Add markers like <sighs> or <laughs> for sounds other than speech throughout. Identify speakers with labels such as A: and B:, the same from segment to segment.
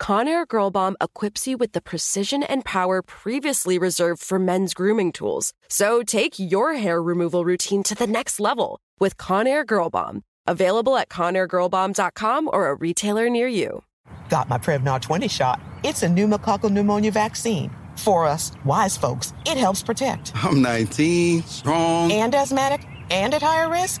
A: Conair Girl Bomb equips you with the precision and power previously reserved for men's grooming tools. So take your hair removal routine to the next level with Conair Girl Bomb. Available at ConairGirlBomb.com or a retailer near you.
B: Got my Prevnar 20 shot. It's a pneumococcal pneumonia vaccine. For us, wise folks, it helps protect.
C: I'm 19, strong,
B: and asthmatic, and at higher risk.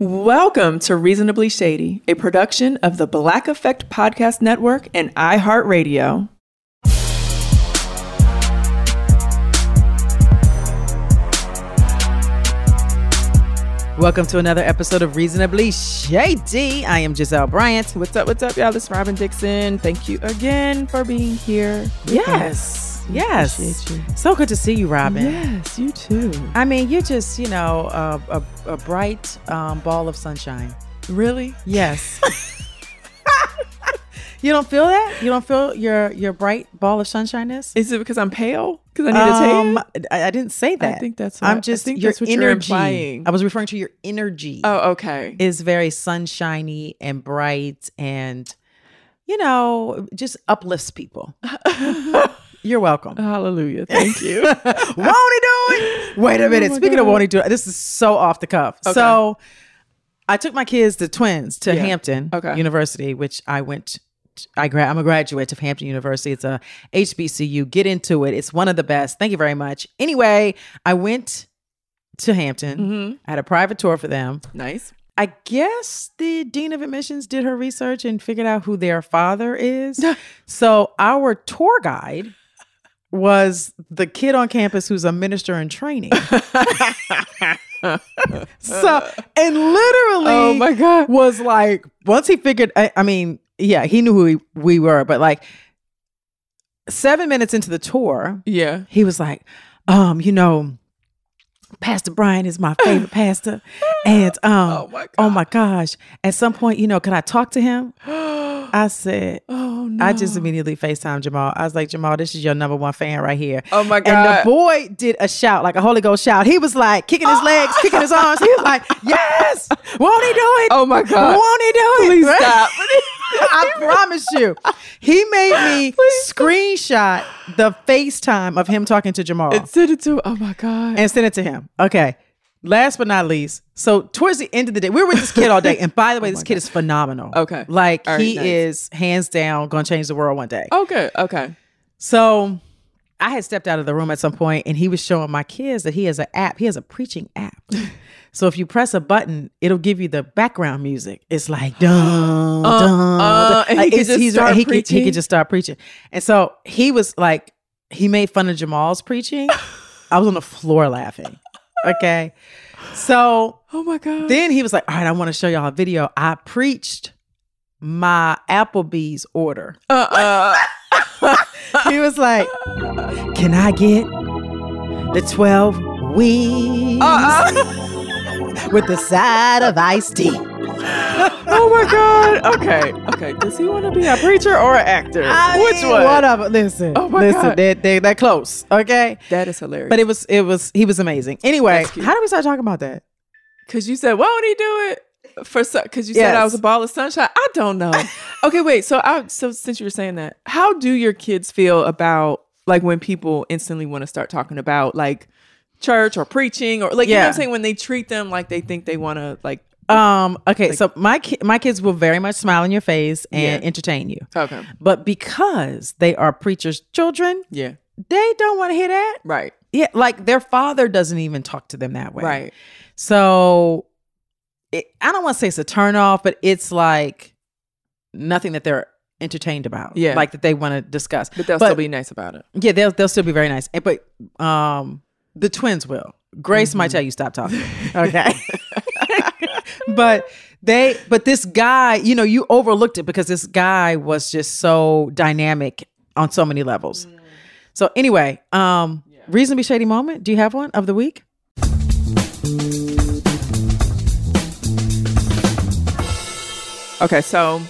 D: Welcome to Reasonably Shady, a production of the Black Effect Podcast Network and iHeartRadio.
E: Welcome to another episode of Reasonably Shady. I am Giselle Bryant.
D: What's up, what's up, y'all? This is Robin Dixon. Thank you again for being here. with
E: Yes.
D: us. We
E: Yes.
D: appreciate you.
E: So good to see you, Robin.
D: Yes, you too.
E: I mean, you're just, you know, a, a, a bright um, ball of sunshine.
D: Really?
E: Yes. you don't feel that? You don't feel your your bright ball of sunshine is? Um,
D: Is it because I'm pale? Because I need a tan?
E: I, I didn't say that.
D: think that's
E: I'm
D: what- I
E: just
D: think
E: your
D: that's what
E: energy.
D: you're implying.
E: I was referring to your energy.
D: Oh, okay.
E: is very sunshiny and bright and you know just uplifts people you're welcome <laughs>
D: Hallelujah. Thank you.
E: won't he do it wait a minute
D: Oh my
E: speaking of
D: God.
E: won't he do it this is so off the cuff
D: Okay.
E: so i took my kids the twins to
D: Yeah.
E: hampton
D: Okay.
E: university which i went t- I gra- I'm a graduate of Hampton University. It's a HBCU. Get into it. It's one of the best. Thank you very much. Anyway, I went to Hampton.
D: Mm-hmm.
E: I had a private tour for them.
D: Nice.
E: I guess the dean of admissions did her research and figured out who their father
D: <laughs>
E: is. so our tour guide was the kid on campus who's a minister in training. <laughs> so and literally
D: Oh my God.
E: was like once he figured I, I mean, yeah, he knew who we, we were, but like 7 minutes into the tour,
D: Yeah.
E: he was like, um, you know, Pastor Brian is
D: <laughs>
E: my favorite pastor. And um
D: Oh, my <gasps>
E: oh my gosh. At some point, you know, can I talk to him? I said,
D: Oh
E: I just immediately FaceTime Jamal. I was like, Jamal, this is your number one fan right here.
D: Oh my
E: And
D: God.
E: the boy did a shout, like a Holy Ghost shout. He was like kicking his legs, kicking his arms. He was
D: <laughs>
E: like, Yes, won't he do it?
D: Oh my God.
E: won't he do it?
D: Please stop.
E: <laughs> I promise you, he made
D: <laughs>
E: me screenshot the FaceTime of him talking to Jamal
D: And send it to. Oh my god.
E: and send it to him. Okay. Last but not least, so towards the end of the day, we were with this kid all day. And
D: <laughs>
E: by the way, this kid is phenomenal.
D: Oh Okay.
E: Like
D: All right,
E: he
D: nice.
E: is hands down gonna change the world one day.
D: oh good. Okay.
E: So I had stepped out of the room at some point and he was showing my kids that he has an app. He has a preaching app. so if you press a button, it'll give you the background music. It's
D: <gasps>
E: like dum
D: Uh,
E: dum.
D: uh,
E: dum.
D: and he
E: Like,
D: can
E: it's-
D: just
E: he's-
D: start
E: he, could, he
D: preaching?
E: could just start preaching. And so he was like, he made fun of Jamal's
D: <laughs>
E: preaching. I was on the floor laughing. Okay. So
D: <gasps> Oh my god.
E: then he was like, all right, I want to show y'all a video. I preached my Applebee's order
D: uh uh. <laughs>
E: he was like, "Can I get the twelve wings
D: Uh-uh.
E: <laughs> with the side of iced tea?"
D: oh my god. Okay. Okay. Does he want to be a preacher or an actor?
E: I
D: Which
E: mean,
D: one?
E: Whatever. Listen,
D: Oh my
E: listen,
D: God.
E: they they they're close. Okay,
D: That is hilarious.
E: but it was it was he was amazing. Anyway,
D: That's cute.
E: how do we start talking about that?
D: Cause you said, won't he do it? For because you said I
E: Yes.
D: was a ball of sunshine. I
E: <laughs>
D: don't know. okay, wait. So I so since you were saying that, how do your kids feel about like when people instantly want to start talking about like church or preaching or like you know what
E: Yeah.
D: I'm saying when they treat them like they think they want to like
E: Um. Okay.
D: Like-
E: so my ki- my kids will very much smile in your face and
D: Yeah.
E: entertain you,
D: okay
E: but because they are preachers' children,
D: yeah
E: they don't want to hear that.
D: right
E: Yeah, like their father doesn't even talk to them that way.
D: right
E: So it, I don't want to say it's a turnoff, but it's like nothing that they're entertained about.
F: <laughs>
D: Yeah.
E: Like that they want to discuss.
D: but they'll still be nice about it
E: Yeah, they'll they'll still be very nice. And- But um the twins will. Grace might tell you stop talking. Okay. <laughs> but they but this guy, you know, you overlooked it because this guy was just so dynamic on so many levels. So anyway, um reasonably shady moment. Do you have one of the week?
D: Okay, so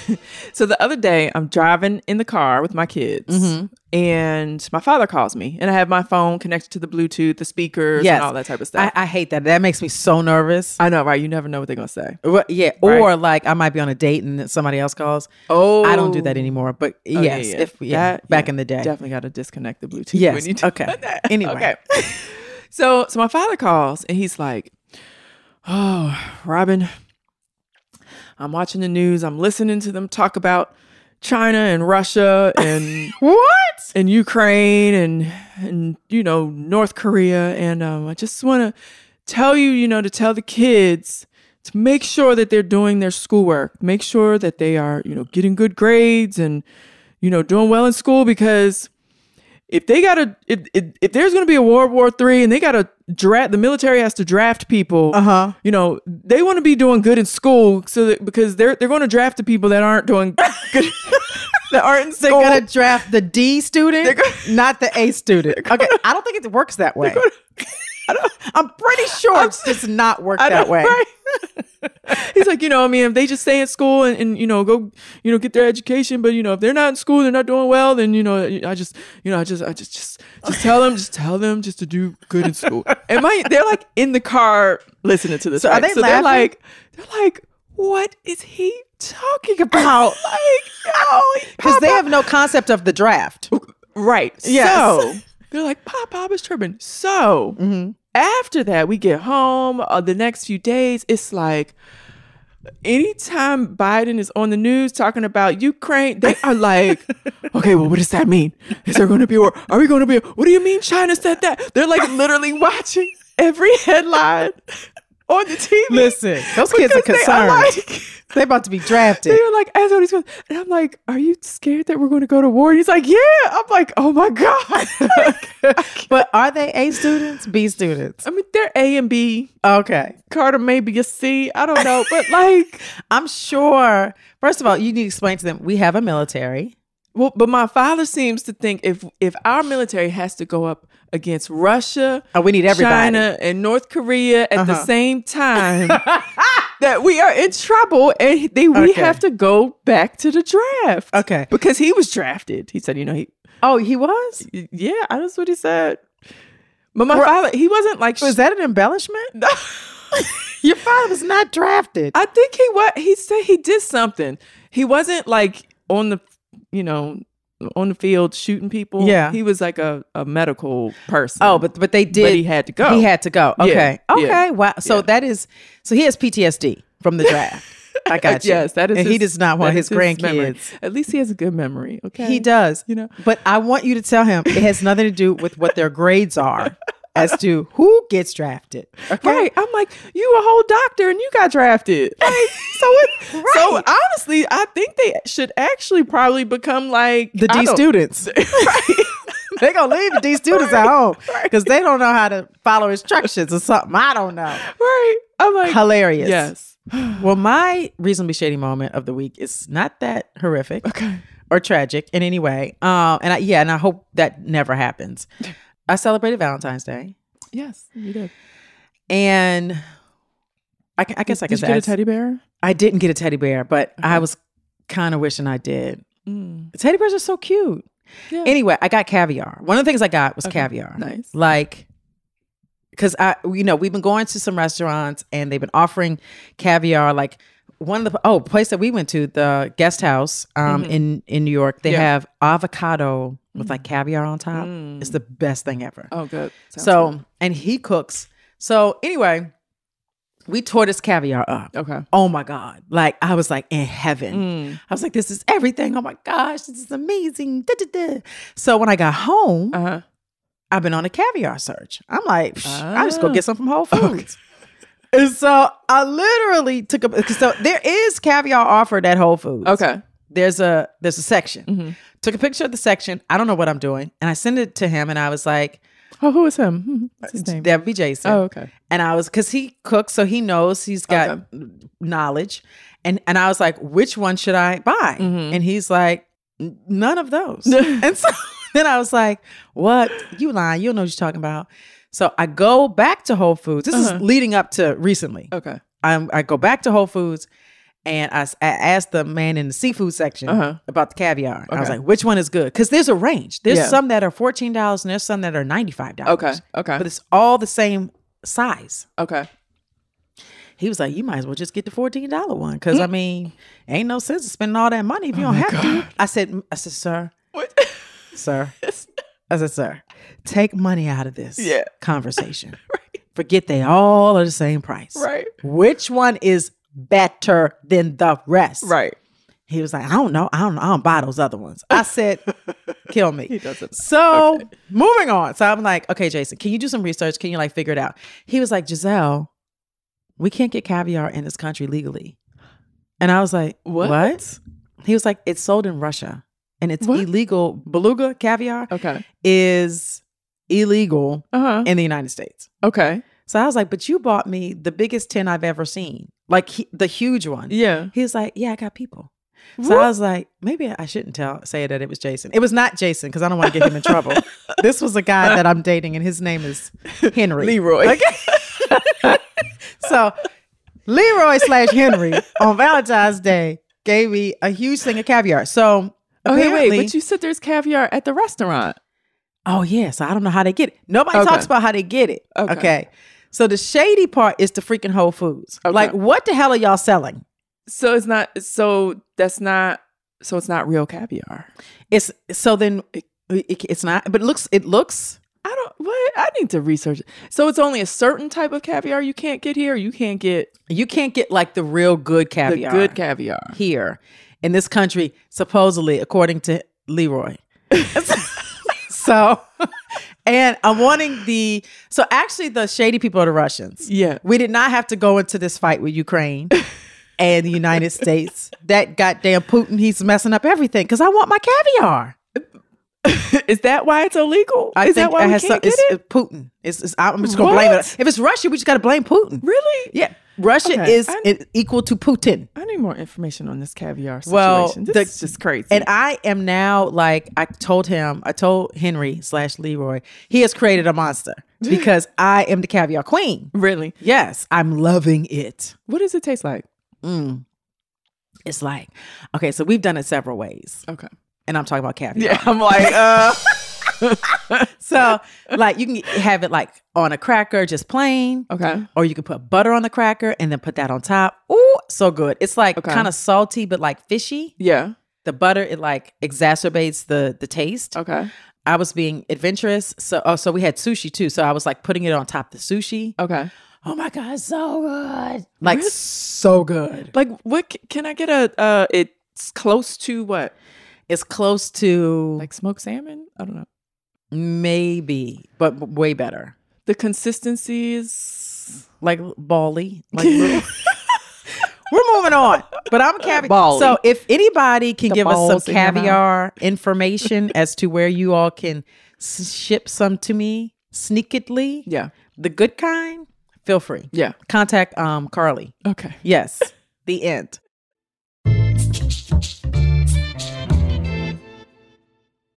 D: <laughs> so the other day I'm driving in the car with my kids
E: Mm-hmm.
D: and my father calls me and I have my phone connected to the Bluetooth, the speakers,
E: Yes.
D: and all that type of
E: I,
D: stuff.
E: I hate that. That makes me so nervous.
D: I, know, right? You never know what they're gonna say.
E: Ru- yeah,
D: Right.
E: or like I might be on a date and then somebody else calls.
D: Oh
E: I don't do that anymore. But
D: Oh, yeah,
E: yes,
D: yeah.
E: if yeah,
D: That-
E: back
D: yeah,
E: in the day,
D: Definitely gotta disconnect the Bluetooth when
E: yes,
D: you do
E: okay. <laughs> Anyway,
D: Okay. <laughs> so so my father calls and he's like, Oh, Robin, I'm watching the news, I'm listening to them talk about China and Russia and
E: <laughs> what?
D: and Ukraine and and you know North Korea and um, I just want to tell you you know to tell the kids to make sure that they're doing their schoolwork, make sure that they are you know getting good grades and you know doing well in school because if they gotta if if, if there's gonna be a World War Three and they gotta draft the military has to draft people
E: Uh huh.
D: you know they want to be doing good in school so that because they're they're going to draft the people that aren't doing good <laughs> that aren't in
E: They're
D: school.
E: gonna draft the D student, not the A student. Okay, I don't think it works that way. I'm
D: <laughs>
E: pretty sure it does not work
D: I
E: that
D: know,
E: way.
D: right? He's like, you know, I mean, if they just stay in school and, and you know go, you know, get their education, but you know, if they're not in school, they're not doing well, then you know, I just, you know, I just, I just, just, just tell them, just tell them, just to do good in school. And my, they're like in the car listening to this.
E: So are
D: right?
E: they
D: so
E: laughing? <laughs>
D: they're like, they're like, what is he talking about? like, yo,
E: Because they have no concept of the draft.
D: Right.
E: <laughs> Yes.
D: So they're like, Pop Pop is tripping. So
E: Mm-hmm.
D: after that, we get home uh, the next few days. It's like, anytime Biden is on the news talking about Ukraine, they
E: <laughs>
D: are like, okay, well, what does that mean? Is there going to be a war? Are we going to be? a- What do you mean China said that? They're like
E: <laughs>
D: literally watching every headline on the TV.
E: Listen, those kids are
D: because they
E: concerned.
D: like-
E: They're about to be drafted.
D: they were like, as what he's going, and I'm like, are you scared that we're going to go to war? And he's like, yeah. I'm like, oh <laughs> my god.
E: <laughs> But are they A students, B students?
D: I mean, they're A and B.
E: Okay.
D: Carter may be a C. I don't know, but like,
E: <laughs> I'm sure. First of all, you need to explain to them we have a military.
D: well, but my father seems to think if if our military has to go up against Russia,
E: Oh, we Oh, need everybody.
D: China, and North Korea at
E: <laughs>
D: the
E: Uh-huh.
D: same time, that we are in trouble and they we
G: Okay.
D: have to go back to the draft.
E: Okay.
D: Because he was drafted. He said, you know, he
E: Oh, he was?
D: yeah, that's what he said. But my
E: Were-
D: father, he wasn't like
E: Was that an embellishment? No. <laughs> Your father's not drafted.
D: I think he what he said he did something. He wasn't like on the you know on the field shooting people.
E: Yeah.
D: he was like a, a medical person.
E: Oh, but but they did.
D: he had to go.
E: He had to go.
D: Yeah,
E: Okay. okay.
D: yeah,
E: Wow. So
D: yeah.
E: that is. So he has PTSD from the draft.
D: <laughs>
E: I got you.
D: yes, that is.
E: And he
D: his-
E: does not want
D: that
E: his,
D: is memory.
E: grandkids.
D: At least he has a good memory. Okay,
E: He does.
D: You know.
E: But I want you to tell him it has nothing to do with what their grades are as to who gets drafted. Okay.
D: Right. I'm like, you a whole doctor and you got drafted. Like, so
E: <laughs>
D: it, so
E: Right.
D: honestly, I think they should actually probably become like
E: The
D: I
E: D
D: don't-
C: <laughs>
E: students. They're going to leave the D students
D: <laughs>
E: at home because they don't know how to follow instructions or something. I don't know.
D: Right. I'm like
E: Hilarious.
D: Yes. <sighs>
E: Well, my reasonably shady moment of the week is not that horrific or tragic in any way. Um, and I, yeah, and I hope that never happens. I celebrated Valentine's Day,
D: Yes. You did.
E: and I, ca- I guess I
D: did
E: can
D: you get a
E: say I,
D: teddy bear?
E: I didn't get a teddy bear, but I was kind of wishing I did.
D: Mm.
E: Teddy bears are so cute.
D: Yeah.
E: Anyway, I got caviar. One of the things I got was caviar.
D: nice.
E: Like, because I, you know, we've been going to some restaurants and they've been offering caviar. Like one of the oh place that we went to, the guest house um, in in New York, they
D: Mm-hmm. Yeah. Mm.
E: have avocado with like caviar on top. It's the best thing ever.
D: Oh, good. Sounds
E: so and he cooks. So anyway, we tore this caviar up.
D: good. okay.
E: Oh my God. Like I was like in heaven.
D: Mm.
E: I was like, this is everything. Oh my gosh, this is amazing. Da, da, da. So when I got home,
D: Uh huh.
E: I've been on a caviar search. I'm like, psh, I just go
D: Ah.
E: get some from Whole Foods. and so I literally took a so there is caviar offered at Whole Foods.
D: Okay.
E: There's a there's a section.
D: Mhm.
E: Took a picture of the section. I don't know what I'm doing. And I sent it to him and I was like,
D: Oh, who is him? Hmm, What's his name?
E: that would be Jason.
D: Oh, okay.
E: And I was because he cooks, so he knows he's got knowledge. And and I was like, which one should I buy?
D: Mhm.
E: And he's like, "N- none of
D: <laughs>
E: those. and so <laughs> then I was like, what? You lying? You don't know what you're talking about. So I go back to Whole Foods. This
D: Uh-huh.
E: is leading up to recently.
D: Okay.
E: I'm, I go back to Whole Foods and I, s- I asked the man in the seafood section
D: Uh-huh.
E: about the caviar. And I was
D: Okay.
E: like, which one is good? Because there's a range. There's
D: Yeah.
E: some that are $14 and there's some that are $95.
D: Okay. Okay.
E: But it's all the same size.
D: okay.
E: He was like, you might as well just get the $14 one. Because,
D: Mm.
E: I mean, ain't no sense in spending all that money if you don't have to. I said, I said, sir,
D: Oh What? <laughs>
E: sir, I said, sir, take money out of this
D: Yeah. <laughs>
E: conversation. Forget they all are the same price.
D: right.
E: Which one is better than the rest?
D: Right.
E: He was like, I don't know. I don't I don't buy those other ones. I
D: <laughs>
E: said, kill me.
D: He doesn't.
E: So moving on. So I'm like, okay, Jason, can you do some research? Can you like figure it out? He was like, Giselle, we can't get caviar in this country legally. And I was like,
D: What?
E: what? He was like, it's sold in Russia and it's
D: What?
E: illegal. Beluga caviar
D: Okay.
E: is illegal
D: Uh huh.
E: in the United States.
D: Okay.
E: So I was like, but you bought me the biggest tin I've ever seen, like he, the huge one.
D: Yeah.
E: He was like, yeah, I got people. So I was like, maybe I shouldn't tell say that it was Jason. It was not Jason because I don't want to get him in
D: <laughs>
E: trouble. this was a guy that I'm dating, and his name is Henry
D: Leroy.
E: <laughs> So Leroy slash Henry on Valentine's Day gave me a huge thing of caviar. So
D: Okay, Oh, wait,
E: apparently-
D: but you said there's caviar at the restaurant.
E: Oh yeah, so I don't know how they get it. Nobody
D: Okay.
E: talks about how they get it.
D: Okay.
E: Okay. So the shady part is the freaking Whole Foods.
D: Okay.
E: Like, what the hell are y'all selling?
D: So it's not so that's not so it's not real caviar.
E: It's so then it, it- it's not, but it looks it looks
D: I don't what I need to research. it. So it's only a certain type of caviar you can't get here. You can't get
E: you can't get like the real good caviar.
D: the good caviar.
E: here in this country, supposedly according to Leroy. <laughs> so, and I'm wanting the so actually the shady people are the Russians.
D: Yeah.
E: We did not have to go into this fight with Ukraine and the
D: <laughs>
E: United States. That goddamn Putin, he's messing up everything because I want my caviar.
D: Is that why it's illegal?
E: I
D: Is that why we can't
E: some-
D: get
E: it's,
D: it?
E: it's Putin. It's, it's, I'm just gonna blame
D: What?
E: it. If it's Russia, we just gotta blame Putin.
D: Really?
E: Yeah. Russia
D: Okay,
E: is
D: I-
E: it- equal to Putin.
D: I need more information on this caviar situation.
E: Well,
D: this
E: the-
D: is just crazy.
E: And I am now like I told him, I told Henry slash Leroy, he has created a
D: <laughs>
E: monster because I am the caviar queen.
D: Really?
E: Yes, I'm loving it.
D: what does it taste like?
E: Mm. It's like, okay, so we've done it several ways.
D: Okay.
E: And I'm talking about caviar.
D: Yeah, I'm like, uh,
E: <laughs> so like you can have it like on a cracker, just plain.
D: okay.
E: Or you can put butter on the cracker and then put that on top. Ooh, so good. It's like
D: Okay.
E: kind of salty, but like fishy.
D: Yeah.
E: The butter, it like exacerbates the the taste.
D: Okay.
E: I was being adventurous. So oh, so we had sushi too. So I was like putting it on top of the sushi.
D: Okay.
E: Oh my God, so good. Like
D: Really?
E: so good.
D: Like, what c- can I get a? uh It's close to what?
E: It's close to
D: Like smoked salmon? I don't know.
E: maybe, but w- way better.
D: The consistency is
E: Like bally.
D: <laughs>
E: Like little- We're moving on. But I'm caviar.
D: Bally.
E: So if anybody can
D: The
E: give us some
D: balls in your mouth.
E: caviar
D: <laughs>
E: information as to where you all can s- ship some to me sneakily,
D: yeah,
E: the good kind, feel free.
D: yeah.
E: Contact um Carly.
D: Okay.
E: Yes. the end.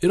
H: It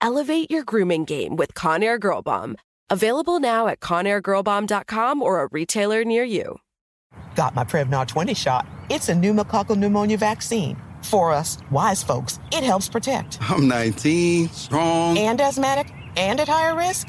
A: Elevate your grooming game with Conair Girl Bomb. Available now at conairgirlbomb.com or a retailer near you.
B: Got my Prevnar 20 shot. It's a pneumococcal pneumonia vaccine. For us wise folks, it helps protect.
C: I'm 19, strong.
B: And asthmatic and at higher risk,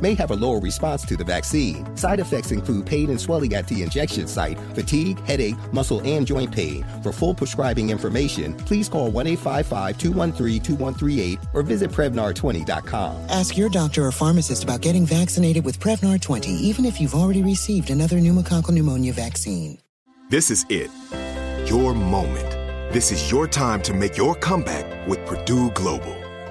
I: may have a lower response to the vaccine. Side effects include pain and swelling at the injection site, fatigue, headache, muscle, and joint pain. For full prescribing information, please call 1 855 213 2138 or visit Prevnar20.com.
J: Ask your doctor or pharmacist about getting vaccinated with Prevnar 20, even if you've already received another pneumococcal pneumonia vaccine.
K: This is it. Your moment. This is your time to make your comeback with Purdue Global.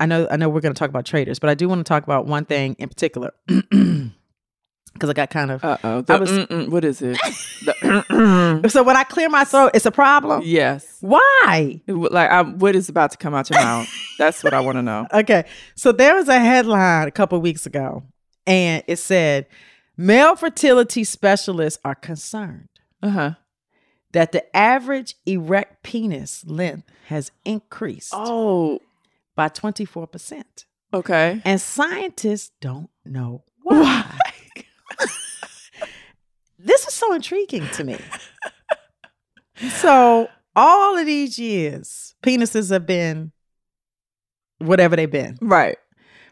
E: I know I know we're going to talk about traders, but I do want to talk about one thing in particular. <clears throat> Because I got kind of.
D: Uh oh.
E: I was-
D: What is <laughs> it?
E: <clears throat> so when I clear my throat, it's a
D: oh.
E: problem.
D: Yes.
E: Why?
D: Like, I, what is about to come out your mouth? That's what I want to know.
E: Okay. So there was a headline a couple weeks ago, and it said male fertility specialists are concerned
D: uh-huh.
E: that the average erect penis length has increased
D: oh
E: by 24%.
D: Okay.
E: And scientists don't know why. <laughs> this is so intriguing to
D: <laughs>
E: me. so all of these years, penises have been whatever they've been,
D: Right.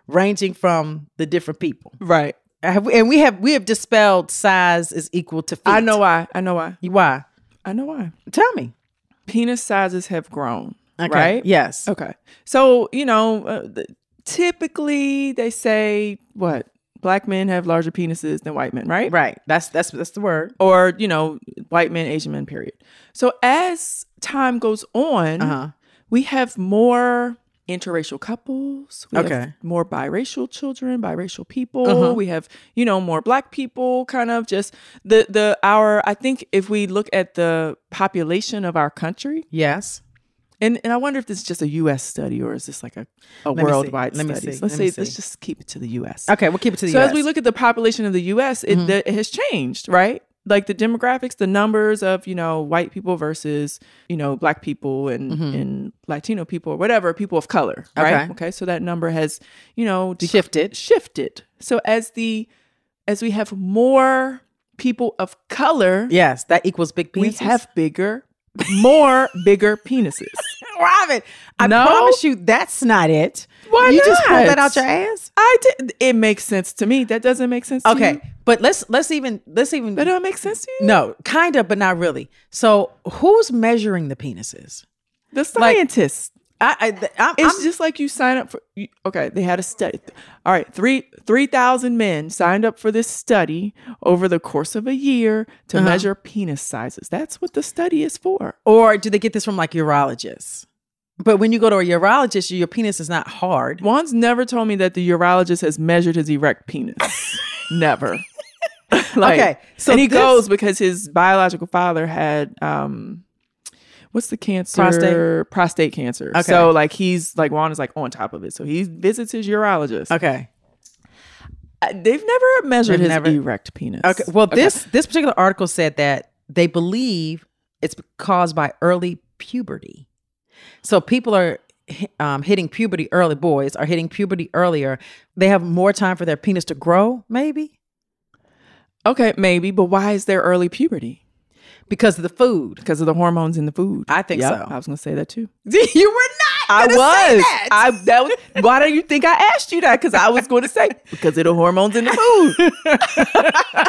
E: ranging from the different people.
D: Right.
E: Have we- And we have we have dispelled size is equal to feet.
D: I know why. I know why.
E: why.
D: I know why.
E: Tell me.
D: Penis sizes have grown.
E: Okay.
D: Right?
E: Yes.
D: Okay. So, you know, uh, th- typically they say what? Black men have larger penises than white men, right?
E: Right. That's that's that's the word.
D: Or, you know, white men, Asian men, period. So, as time goes on,
E: Uh-huh.
D: we have more interracial couples. We have
E: Okay.
D: more biracial children, biracial people.
E: Uh-huh.
D: We have, you know, more black people kind of just the the our I think if we look at the population of our country,
E: Yes.
D: and and I wonder if this is just a US study or is this like a, a
E: Let me see.
D: worldwide
E: Let me
D: study.
E: see.
D: Let's
E: Let me
D: say let's
E: see.
D: just keep it to the US.
E: Okay, we'll keep it to the
D: So
E: US.
D: as we look at the population of the US, it,
E: Mhm.
D: the, it has changed, right? Like the demographics, the numbers of, you know, white people versus, you know, black people and
E: Mhm.
D: and Latino people or whatever, people of color, right?
E: Okay.
D: Okay. So that number has, you know, dec-
E: Shifted.
D: Shifted. So as the as we have more people of color,
E: Yes, that equals big penises.
D: we have bigger, more bigger penises.
E: <laughs> Robin, I
D: No?
E: promise you that's not it.
D: Why
E: you just pulled
D: not?
E: that out your ass?
D: I did. It makes sense to me. That doesn't make sense. To
E: Okay,
D: you?
E: but let's let's even let's even
D: that don't make sense to you.
E: no, kind of, but not really. So who's measuring the penises?
D: the
E: like-
D: scientists.
E: I, I th- I'm,
D: it's
E: I'm-
D: just like you sign up for. You, okay, they had a study. All right, three three thousand men signed up for this study over the course of a year to
E: Uh-huh.
D: measure penis sizes. That's what the study is for.
E: or do they get this from like urologists? But when you go to a urologist, your penis is not hard.
D: Juan's never told me that the urologist has measured his erect
E: <laughs>
D: penis. never. Like,
E: Okay, so
D: and he
E: this-
D: goes because his biological father had um, what's the cancer?
E: Prostate?
D: prostate cancer.
E: Okay.
D: So like he's like Juan is like "Oh, on top of it. So he visits his urologist.
E: Okay.
D: Uh, They've never measured
E: They've
D: his
E: never-
D: erect penis.
E: Okay. Well, this this particular article said that they believe it's caused by early puberty. So people are hi- um, hitting puberty early. Boys are hitting puberty earlier. They have more time for their penis to grow, maybe
D: okay, maybe, but why is there early puberty?
E: because of the food.
D: Because of the hormones in the food.
E: I think
D: Yep,
E: so.
D: I was gonna say that too.
E: <laughs> you were
D: I
E: not.
D: was. I that was. Why do you think I asked you that? Because I was going
E: <laughs>
D: to say because of the hormones in the food.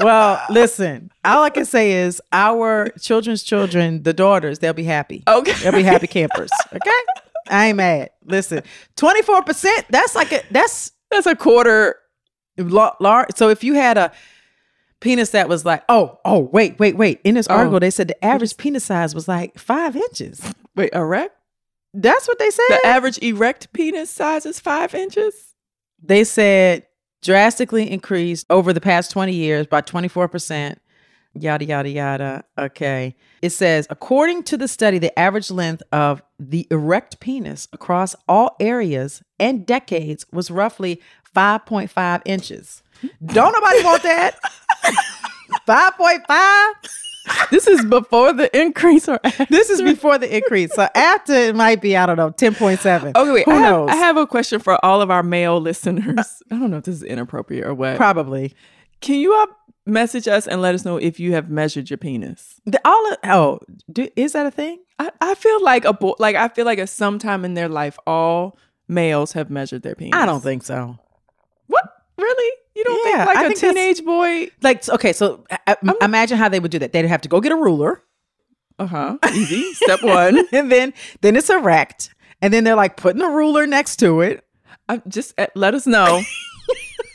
E: well, listen. All I can say is our children's children, the daughters, they'll be happy.
D: Okay.
E: They'll be happy
D: <laughs>
E: campers. Okay. I ain't mad. Listen, twenty four percent. That's like a that's
D: That's a quarter.
E: lar- lar- so if you had a penis that was like oh oh wait wait wait in this
D: Oh.
E: article they said the average penis size was like five inches
D: Wait, erect.
E: that's what they said
D: The average erect penis size is five inches.
E: they said drastically increased over the past 20 years by 24% yada yada yada okay it says according to the study the average length of the erect penis across all areas and decades was roughly 5.5 inches don't nobody want that <laughs> 5.5
D: this is before the increase or after?
E: this is before the increase so after it might be i don't know 10.7
D: okay wait
E: Who
D: I,
E: knows?
D: Have, I have a question for all of our male listeners i don't know if this is inappropriate or what
E: probably
D: can you uh, message us and let us know if you have measured your penis
E: the, all of, oh do, is that a thing
D: I, I feel like a boy like i feel like at some time in their life all males have measured their penis
E: i don't think so
D: what really you don't
E: Yeah,
D: think like
E: I
D: a
E: think that's-
D: teenage boy
E: like okay so I, I- imagine how they would do that they'd have to go get a ruler <laughs>
D: uh-huh easy step one
E: and then then it's erect and then they're like putting a ruler next to it
D: I'm just uh, let
E: <laughs>
D: us know.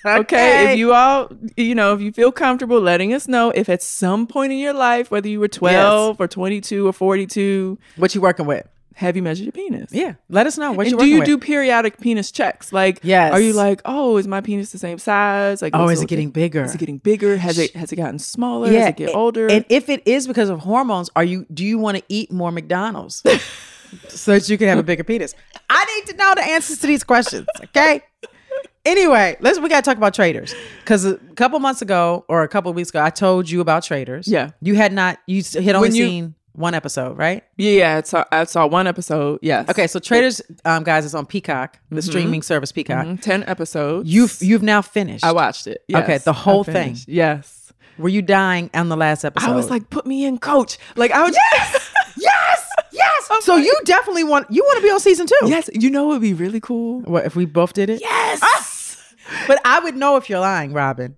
D: okay. if you all, you know, if you feel comfortable letting us know if at some point in your life, whether you were 12 or 22 or 42,
E: what you working with?
D: Have you measured your penis?
E: Yeah, let us know what
D: And
E: you're
D: do you
E: working
D: do
E: with.
D: periodic penis checks? Like,
E: Yes.
D: are you like, oh, is my penis the same size? Like,
E: Oh,
D: what's
E: is
D: the-
E: it getting bigger?
D: Is it getting bigger? Has it has it gotten smaller? Does it get
E: a-
D: older?
E: and if it is because of hormones are you do you want to eat more
D: <laughs>
E: mcdonald's so that you can have a bigger penis i need to know the answers to these questions okay anyway let's we gotta talk about traders because a couple months ago or a couple weeks ago i told you about traders
D: Yeah.
E: you had not you s- had only
D: When you-
E: seen one episode right
D: yeah, yeah, I saw I saw one episode. Yes.
E: okay so traders um guys is on peacock the
D: Mhm.
E: streaming service peacock
D: Mhm. ten episodes.
E: you've you've now finished
D: I watched it.
E: okay
D: Yes,
E: the
D: I
E: whole thing
D: finished. Yes.
E: were you dying on the last episode
D: I was like, put me in, coach. Like I was <laughs>
E: yes, yes, yes. so you definitely want you want to be on season two.
D: Yes, you know it would be really cool.
E: What if we both did it? Ah!
D: Yes.
E: But I would know if you're lying, Robin.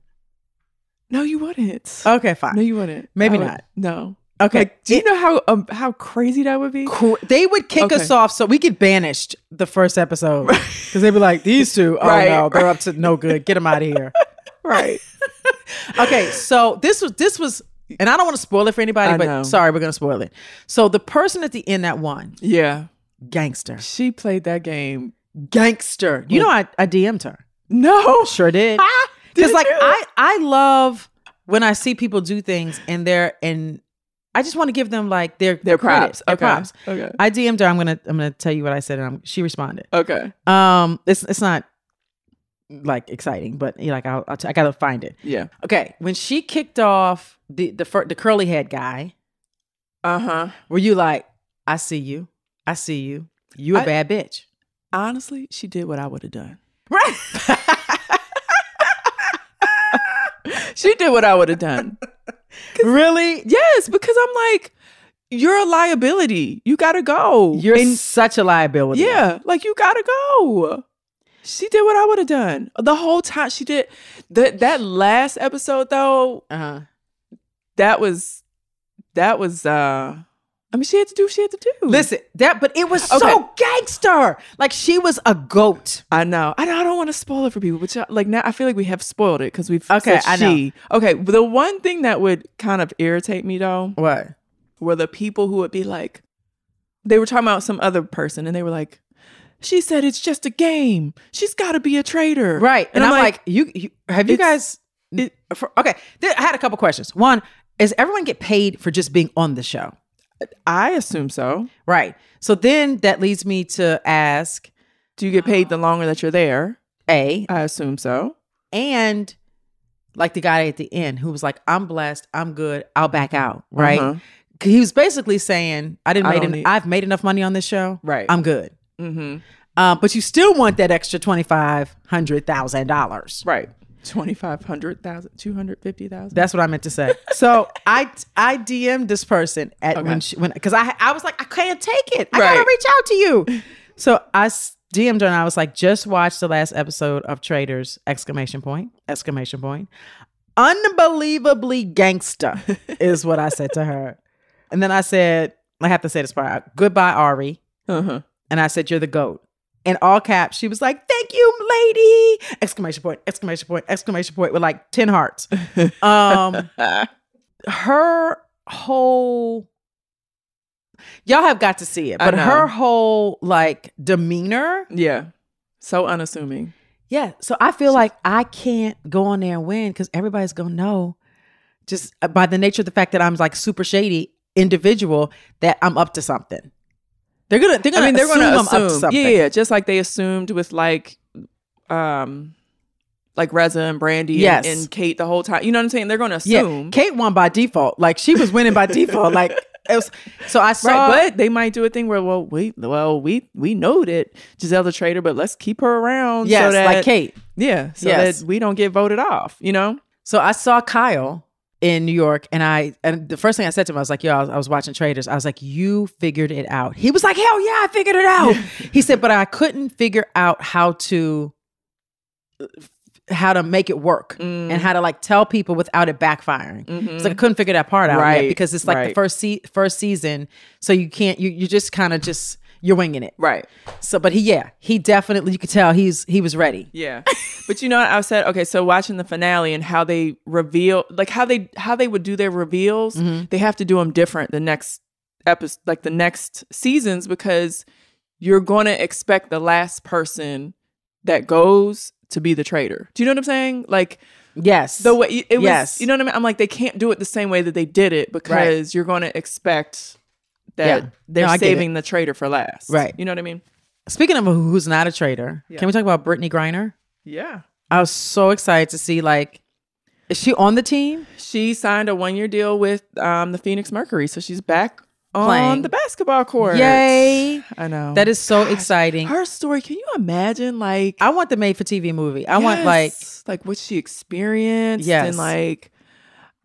D: No, you wouldn't.
E: Okay, fine.
D: No, you wouldn't.
E: Maybe
D: I would-
E: not.
D: Oh, No.
E: Okay.
D: Like, do you know how um, how crazy that would be?
E: Cr- they would kick
D: Okay.
E: us off so we get banished the first
D: <laughs>
E: episode because they'd be like, "These two, oh
D: Right,
E: no, they're up to no good. Get them out of
D: <laughs>
E: here."
D: Right.
E: <laughs> okay, so this was this was, and I don't want to spoil it for anybody,
D: I
E: but
D: know.
E: sorry, we're gonna spoil it. So the person at the end that won,
D: Yeah.
E: gangster,
D: She played that game.
E: gangster. You know, I, I DM'd her.
D: No.
E: Sure
D: <laughs>
E: did. Because
D: Did
E: like
D: you?
E: I I love when I see people do things and they're and I just want to give them like their
D: They're
E: credit,
D: props.
E: their
D: okay.
E: props.
D: Okay.
E: I DM'd her. I'm gonna I'm gonna tell you what I said and I'm, she responded.
D: Okay.
E: Um, it's it's not like exciting, but you know, like I'll, I'll t- I gotta find it.
D: Yeah.
E: Okay, when she kicked off the the fir- the curly head guy,
D: Uh huh.
E: were you like, I see you, I see you, you a
D: I-
E: bad bitch,
D: Honestly, she did what I would have done.
E: right?
D: She did what I would
E: <laughs>
D: have done.
E: really?
D: yes, because I'm like, you're a liability. You gotta go.
E: You're
D: And-
E: such a liability.
D: Yeah, like you gotta go. She did what I would have done the whole time. She did that. That last episode, though,
E: Uh huh.
D: that was that was. uh I mean, she had to do. what She had to do.
E: Listen, that but it was
D: Okay.
E: so gangster. Like she was a goat.
D: I know. I, I don't want to spoil it for people, but y'all- like now, I feel like we have spoiled it because we've
E: Okay,
D: Said
E: I know.
D: she. Okay, but the one thing that would kind of irritate me though
E: What?
D: were the people who would be like, they were talking about some other person, and they were like, "She said it's just a game. She's got to be a traitor,
E: Right. And, I'm, like, you, you have you guys
D: it-
E: for, okay. Th- I had a couple questions. One, is everyone get paid for just being on the show?
D: I assume so.
E: Right. So then that leads me to ask
D: Do you get paid the longer that you're there?
E: A
D: I assume so.
E: and like the guy at the end who was like, I'm blessed, I'm good, I'll back out. Right.
D: Uh-huh.
E: 'Cause He was basically saying, I didn't
D: I
E: make
D: don't
E: en-
D: need-
E: I've made enough money on this show.
D: Right.
E: I'm good.
D: Mm-hmm.
E: Um, but you still want that extra twenty five hundred thousand dollars.
D: Right. 2,500,000, 250,000.
E: That's what I meant to say. So I I DM'd this person at when
D: Okay.
E: she when because I I was like I can't take it. I
D: Right.
E: gotta reach out to you. So I s- DM'd her and I was like, just watch the last episode of Traders! Exclamation point! Exclamation point! Unbelievably gangsta is what I said to her, and then I said I have to say this part. Goodbye, Ari.
D: Uh-huh.
E: And I said, You're the GOAT. In all caps, she was like, Thank you, lady! Exclamation point, exclamation point, exclamation point with like 10 hearts. <laughs> Um her whole y'all have got to see it,
D: I
E: but
D: know.
E: her whole like demeanor.
D: Yeah. So unassuming.
E: Yeah. So I feel like I can't go on there and win because everybody's gonna know just uh, by the nature of the fact that I'm like super shady individual that I'm up to something. They're gonna they're gonna I mean, they're assume gonna assume. I'm up to something.
D: Yeah, yeah, just like they assumed with like um like Reza and Brandy yes. and, and, Kate the whole time. You know what I'm saying? They're gonna assume.
E: Yeah. Kate won by default. Like she was
D: <laughs>
E: winning by default. Like was, so I saw
D: right, but they might do a thing where well we well we we know that Giselle's a traitor, but let's keep her around.
E: Yes,
D: so that,
E: like Kate.
D: Yeah. So yes. that we don't get voted off, you know?
E: So I saw Kyle in New York, and I and the first thing I said to him, I was like, "Yo, I was, I was, watching Traders. I was like, you figured it out." He was like, "Hell yeah, I figured it <laughs> out." he said, "But I couldn't figure out how to how to make it work mm. and how to like tell people without it backfiring." mm mm-hmm. It's like I couldn't figure that part out right. yet because it's like right. the first se- first season, so you can't you you just kind of just you're winging it.
D: Right.
E: So, but he, yeah, he definitely, you could tell he's, he was ready.
D: Yeah. but you know, I said, okay, so watching the finale and how they reveal, like how they, how they would do their reveals, mm-hmm. they have to do them different the next episode, like the next seasons, because you're going to expect the last person that goes to be the traitor. Do you know what I'm saying? Like,
E: Yes.
D: The way it was, yes. you know what I mean? I'm like, they can't do it the same way that they did it because right. you're going to expect that yeah. they're no, saving the traitor for last.
E: Right.
D: You know what I mean?
E: Speaking of who's not a traitor, yeah. can we talk about Brittany Griner?
D: Yeah.
E: I was so excited to see like is she on the team?
D: She signed a one year deal with um, the Phoenix Mercury, so she's back Playing. on the basketball court.
E: Yay.
D: I know.
E: That is so Gosh, exciting.
D: Her story, can you imagine like
E: I want the made for TV movie. I yes, want like
D: like what she experienced yes. and like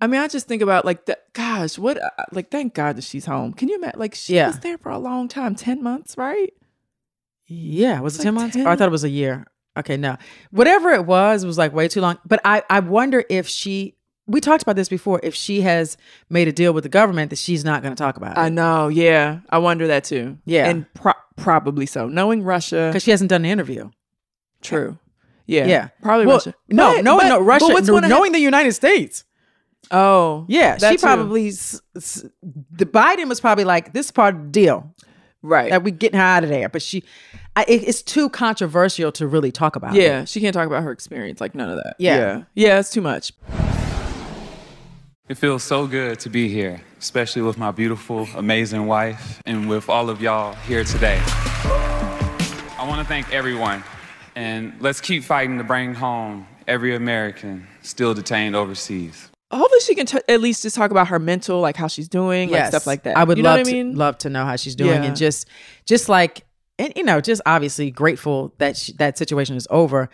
D: I mean, I just think about like the gosh, what uh, like thank God that she's home. Can you imagine? Like she yeah. was there for a long time, ten months, right?
E: Yeah, was it, it like ten months? 10? Oh, I thought it was a year. Okay, no, whatever it was, it was like way too long. But I, I wonder if she. We talked about this before. If she has made a deal with the government that she's not going to talk about. It.
D: I know. Yeah, I wonder that too.
E: Yeah,
D: and pro- probably so. Knowing Russia,
E: because she hasn't done the interview.
D: True.
E: Yeah. Yeah.
D: Probably well, Russia.
E: No, but, no, but, no. Russia. But knowing happen- the United States.
D: Oh,
E: yeah. She probably s- s- the Biden was probably like this part of the deal,
D: right?
E: That we getting her out of there. But she, I, it, it's too controversial to really talk about.
D: Yeah, it. she can't talk about her experience. Like none of that.
E: Yeah.
D: yeah, yeah. It's too much.
L: It feels so good to be here, especially with my beautiful, amazing wife, and with all of y'all here today. I want to thank everyone, and let's keep fighting to bring home every American still detained overseas
D: hopefully she can t- at least just talk about her mental like how she's doing yes. like stuff like that
E: i would
D: you
E: love,
D: I mean?
E: to, love to know how she's doing yeah. and just just like and you know just obviously grateful that she, that situation is over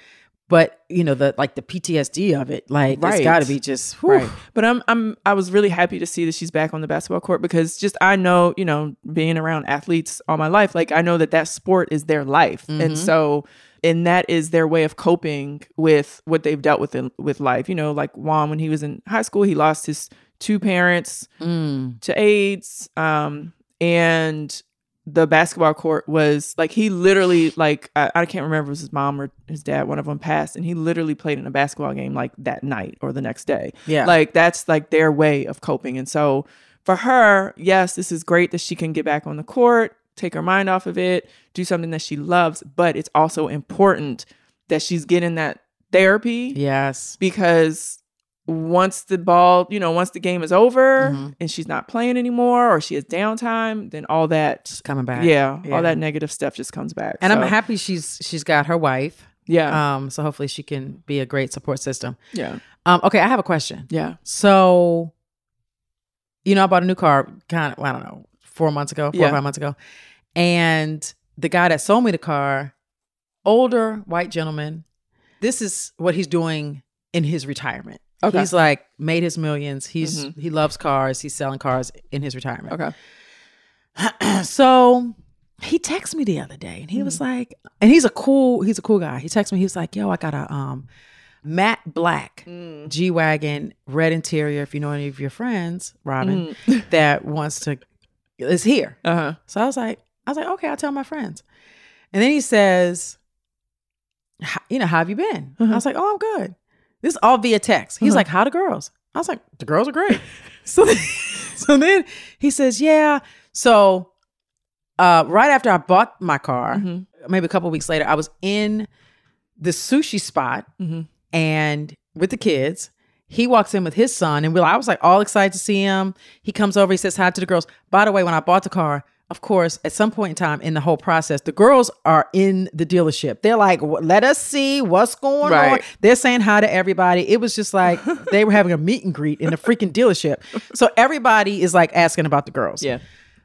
E: but you know the like the ptsd of it like right. it's got to be just whew. right
D: but i'm i'm i was really happy to see that she's back on the basketball court because just i know you know being around athletes all my life like i know that that sport is their life mm-hmm. and so and that is their way of coping with what they've dealt with in with life. You know, like Juan when he was in high school, he lost his two parents
E: mm.
D: to AIDS, um, and the basketball court was like he literally like I, I can't remember if it was his mom or his dad one of them passed and he literally played in a basketball game like that night or the next day
E: yeah
D: like that's like their way of coping and so for her yes this is great that she can get back on the court take her mind off of it, do something that she loves, but it's also important that she's getting that therapy.
E: Yes.
D: Because once the ball, you know, once the game is over mm-hmm. and she's not playing anymore or she has downtime, then all that
E: it's coming back.
D: Yeah, yeah, All that negative stuff just comes back.
E: And so. I'm happy she's she's got her wife.
D: Yeah.
E: Um, so hopefully she can be a great support system.
D: Yeah.
E: Um, okay, I have a question.
D: Yeah.
E: So you know, I bought a new car kind of, well, I don't know, four months ago, four yeah. or five months ago. And the guy that sold me the car, older white gentleman, this is what he's doing in his retirement.
D: Okay.
E: He's like made his millions. He's mm-hmm. he loves cars. He's selling cars in his retirement. <clears throat>
D: Okay.
E: so he texted me the other day and he mm-hmm. was like, and he's a cool, he's a cool guy. He texted me, he was like, yo, I got a um matte black mm. G Wagon, red interior. If you know any of your friends, Robin, mm. <laughs> that wants to is here.
D: Uh-huh.
E: So I was like, I was like, okay, I'll tell my friends. And then he says, you know, how have you been? Uh-huh. I was like, oh, I'm good. This is all via text. He's uh-huh. like, how the girls? I was like, the girls are <laughs> great. so, then, so then he says, yeah. So uh, right after I bought my car, mm-hmm. maybe a couple weeks later, I was in the sushi spot mm-hmm. and with the kids. He walks in with his son, and we I was like all excited to see him. He comes over, he says hi to the girls. By the way, when I bought the car, of course, at some point in time in the whole process, the girls are in the dealership. They're like, "W- let us see what's going
D: Right.
E: on. They're saying hi to everybody. It was just
D: <laughs>
E: like they were having a meet and greet in the freaking dealership. So everybody is like asking about the girls.
D: Yeah.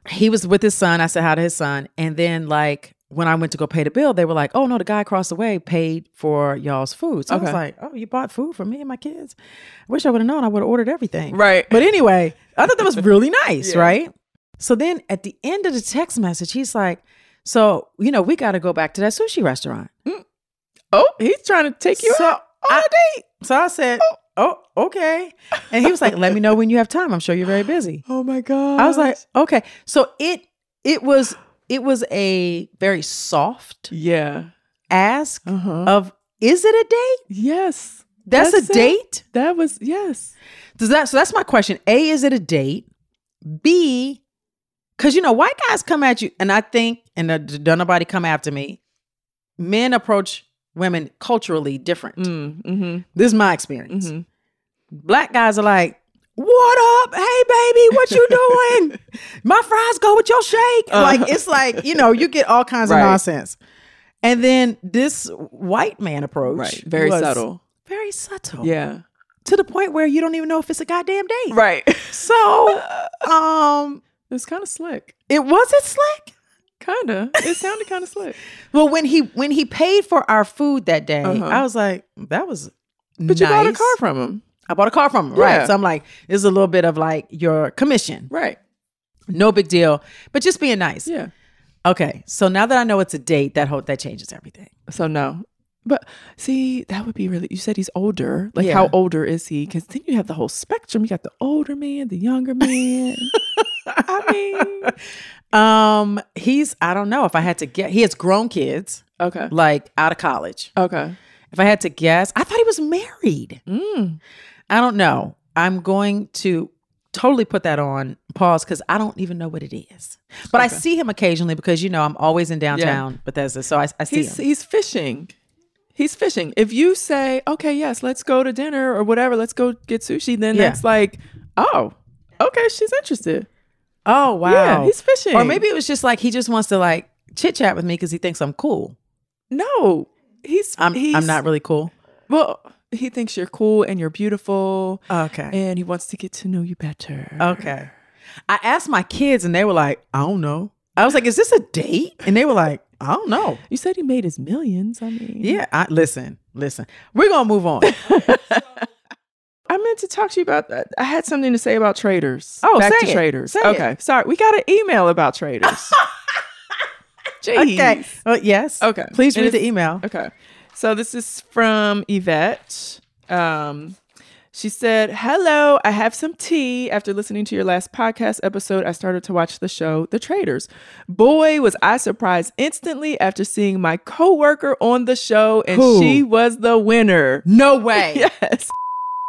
E: He was with his son. I said hi to his son. And then, like, when I went to go pay the bill, they were like, oh, no, the guy across the way paid for y'all's food. So I was
D: Okay.
E: like, oh, you bought food for me and my kids? I wish I would have known. I would have ordered everything.
D: Right.
E: But anyway, I thought that was really nice,
D: Yeah.
E: right? So then at the end of the text message, he's like, so, you know, we got to go back to that sushi restaurant.
M: Mm.
D: Oh, he's trying to take you
E: so
D: out.
E: I, So I said, oh. okay. And he was like, let me know when you have time. I'm sure you're very busy.
D: Oh my god.
E: I was like, okay. So it it was it was a very soft
D: yeah Uh-huh.
E: ask of is it a date?
D: Yes.
E: That's,
D: That's
E: a
D: it.
E: date?
D: That was yes.
E: Does that so that's my question. A, is it a date? B, because you know, white guys come at you, and I think, and uh, don't nobody come after me, men approach women culturally different.
D: Mm, mm-hmm.
E: This is my experience. Black guys are like, what up? Hey, baby, what you
D: <laughs>
E: doing? my fries go with your shake.
D: Uh.
E: Like, it's like, you know, you get all kinds
D: Right.
E: of nonsense. And then this white man approach.
D: Right. Very
E: was
D: subtle.
E: Very subtle.
D: Yeah.
E: To the point where you don't even know if it's a goddamn date.
D: Right. <laughs>
E: So, um,
D: it was kind of slick.
E: It was it slick?
D: Kinda. It sounded kind of slick.
E: <laughs> Well, when he when he paid for our food that day,
D: Uh-huh.
E: I was like, that was
D: But you bought a
E: nice.
D: car from him.
E: I bought a car from him,
D: Yeah.
E: right? So I'm like, this is a little bit of like your commission,
D: right?
E: No big deal, but just being nice.
D: Yeah.
E: Okay, so now that I know it's a date, that whole that changes everything.
D: So no. But see, that would be really. You said he's older. Like,
E: Yeah.
D: how older is he? Because then you have the whole spectrum. You got the older man, the younger man. <laughs>
E: Um, he's I don't know if I had to get he has grown kids.
D: Okay.
E: Like out of college.
D: Okay.
E: If I had to guess, I thought he was married.
D: Mm.
E: I don't know. I'm going to totally put that on pause because I don't even know what it is. But I see him occasionally because you know I'm always in downtown Bethesda, so I, I see
D: he's
E: him.
D: he's fishing. He's fishing. If you say, okay, yes, let's go to dinner or whatever, let's go get sushi, then
E: Yeah.
D: that's like, oh, okay, she's interested.
E: Oh wow,
D: Yeah, he's fishing.
E: Or maybe it was just like he just wants to like chit chat with me because he thinks I'm cool.
D: No, he's
E: I'm
D: he's,
E: I'm not really cool.
D: Well, he thinks you're cool and you're beautiful.
E: Okay.
D: And he wants to get to know you better.
E: Okay. I asked my kids and they were like, I don't know. I was like, is this a date? And they were like, I don't know.
D: You said he made his millions. I mean,
E: Yeah, I listen, listen. We're gonna move on.
D: I meant to talk to you about that. <laughs> I had something to say about traders.
E: Oh,
D: back
E: say
D: to
E: it.
D: traders.
E: Say it.
D: okay. Sorry. We got an email about traders. <laughs>
E: <laughs>
D: Jeez.
E: Okay. Well, yes.
D: Okay.
E: Please
D: And
E: read the
D: it's-
E: email.
D: Okay. So this is from Yvette. Um, she said, Hello, I have some tea. After listening to your last podcast episode, I started to watch the show The Traders. Boy, was I surprised instantly after seeing my coworker on the show, and
E: Who?
D: she was the winner.
E: No way.
D: <laughs> Yes.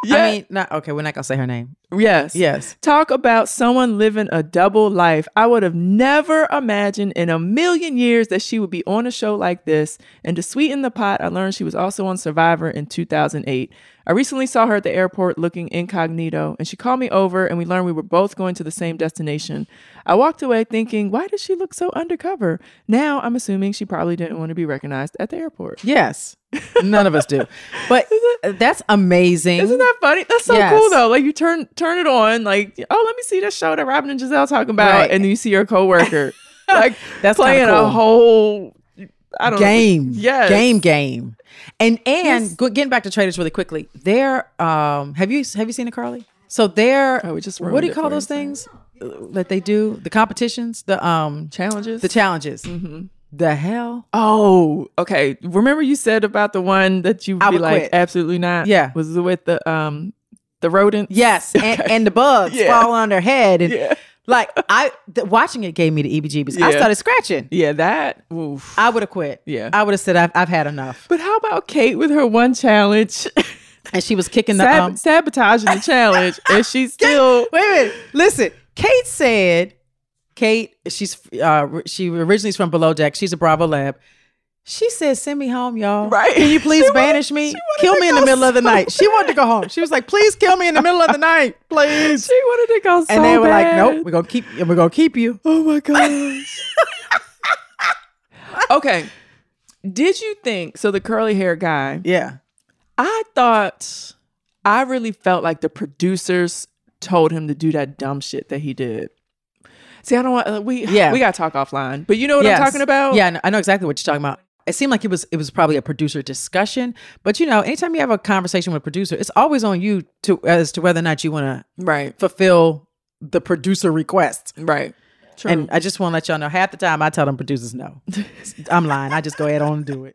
E: I
D: Yeah.
E: mean, not okay. We're not gonna say her name.
D: Yes.
E: Yes.
D: Talk about someone living a double life. I would have never imagined in a million years that she would be on a show like this. And to sweeten the pot, I learned she was also on Survivor in 2008. I recently saw her at the airport looking incognito, and she called me over, and we learned we were both going to the same destination. I walked away thinking, why does she look so undercover? Now I'm assuming she probably didn't want to be recognized at the airport.
E: Yes. None of us
D: <laughs>
E: do. But that's amazing.
D: Isn't that funny? That's so
E: Yes.
D: cool though. Like you turn turn it on, like, oh, let me see that show that Robin and Giselle talking about,
E: Right.
D: and then you see
E: <laughs>
D: your coworker like
E: That's kinda
D: playing
E: cool.
D: a whole I don't
E: game.
D: know. Yes.
E: Game game. And and go, getting back to traders really quickly. They're um have you have you seen it, Carly? So they're
D: Oh, we just
E: what
D: ruined
E: do you
D: it
E: call
D: for
E: those
D: you,
E: things that they do? The competitions, the um
D: Challenges. Mm-hmm.
E: the challenges. The hell?
D: oh, okay. Remember you said about the one that you would
E: I
D: be
E: would
D: like,
E: quit.
D: absolutely not.
E: Yeah.
D: Was with the um the rodent? <laughs>
E: Yes, and, and the bugs fall on their head, and like I th- watching it gave me the E EBGBs. I
D: Yeah.
E: started scratching.
D: Yeah, that. Oof.
E: I would have quit.
D: Yeah.
E: I would have said I've, I've had enough.
D: But how about Kate with her one challenge?
E: And she was kicking the
D: Sab-
E: um.
D: sabotaging the challenge,
E: <laughs>
D: and she's still
E: <laughs> Wait a minute. Listen, Kate said, Kate, she's uh, she originally is from Below Deck. She's a Bravo Lab. She said, "Send me home, y'all. <laughs>
D: Right?
E: Can you please banish me? Kill me in the middle of the night." She wanted to go home. She was like, "Please kill me in the middle
D: <laughs>
E: of the night, please."
D: She wanted to go. so
E: and they were
D: bad.
E: like, "Nope, we're gonna keep. We're gonna keep you."
D: Oh my gosh. <laughs> okay. Did you think so? The curly hair guy.
E: Yeah.
D: I thought. I really felt like the producers told him to do that dumb shit that he did. See, I don't want uh, we <laughs>
E: Yeah.
D: we gotta talk offline, but you know what
E: Yes.
D: I'm talking about.
E: Yeah, I know- I know exactly what you're talking about. It seemed like it was it was probably a producer discussion, but you know, anytime you have a conversation with a producer, it's always on you to as to whether or not you want to
D: right
E: fulfill the producer request.
D: Right. True.
E: And I just want to let y'all know, half the time I tell them producers
D: <laughs>
E: no. I'm lying. I just go ahead on and do it.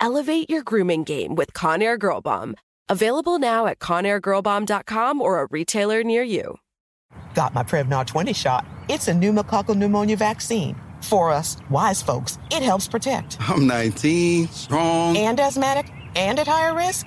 A: Elevate your grooming game with Conair Girl Bomb. Available now at conairgirlbomb.com or a retailer near you.
B: Got my
A: Prevnar
B: 20 shot. It's a pneumococcal pneumonia vaccine. For us wise folks, it helps protect.
C: I'm 19, strong.
B: And asthmatic and at higher risk?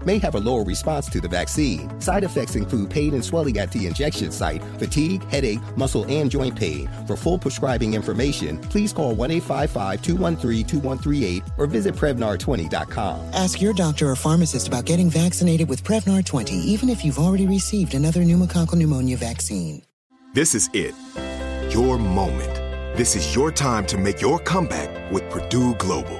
I: may have a lower response to the vaccine. Side effects include pain and swelling at the injection site, fatigue, headache, muscle, and joint pain. For full prescribing information, please call 1 855 213 2138 or visit Prevnar20.com.
J: Ask your doctor or pharmacist about getting vaccinated with Prevnar 20, even if you've already received another pneumococcal pneumonia vaccine.
K: This is it. Your moment. This is your time to make your comeback with Purdue Global.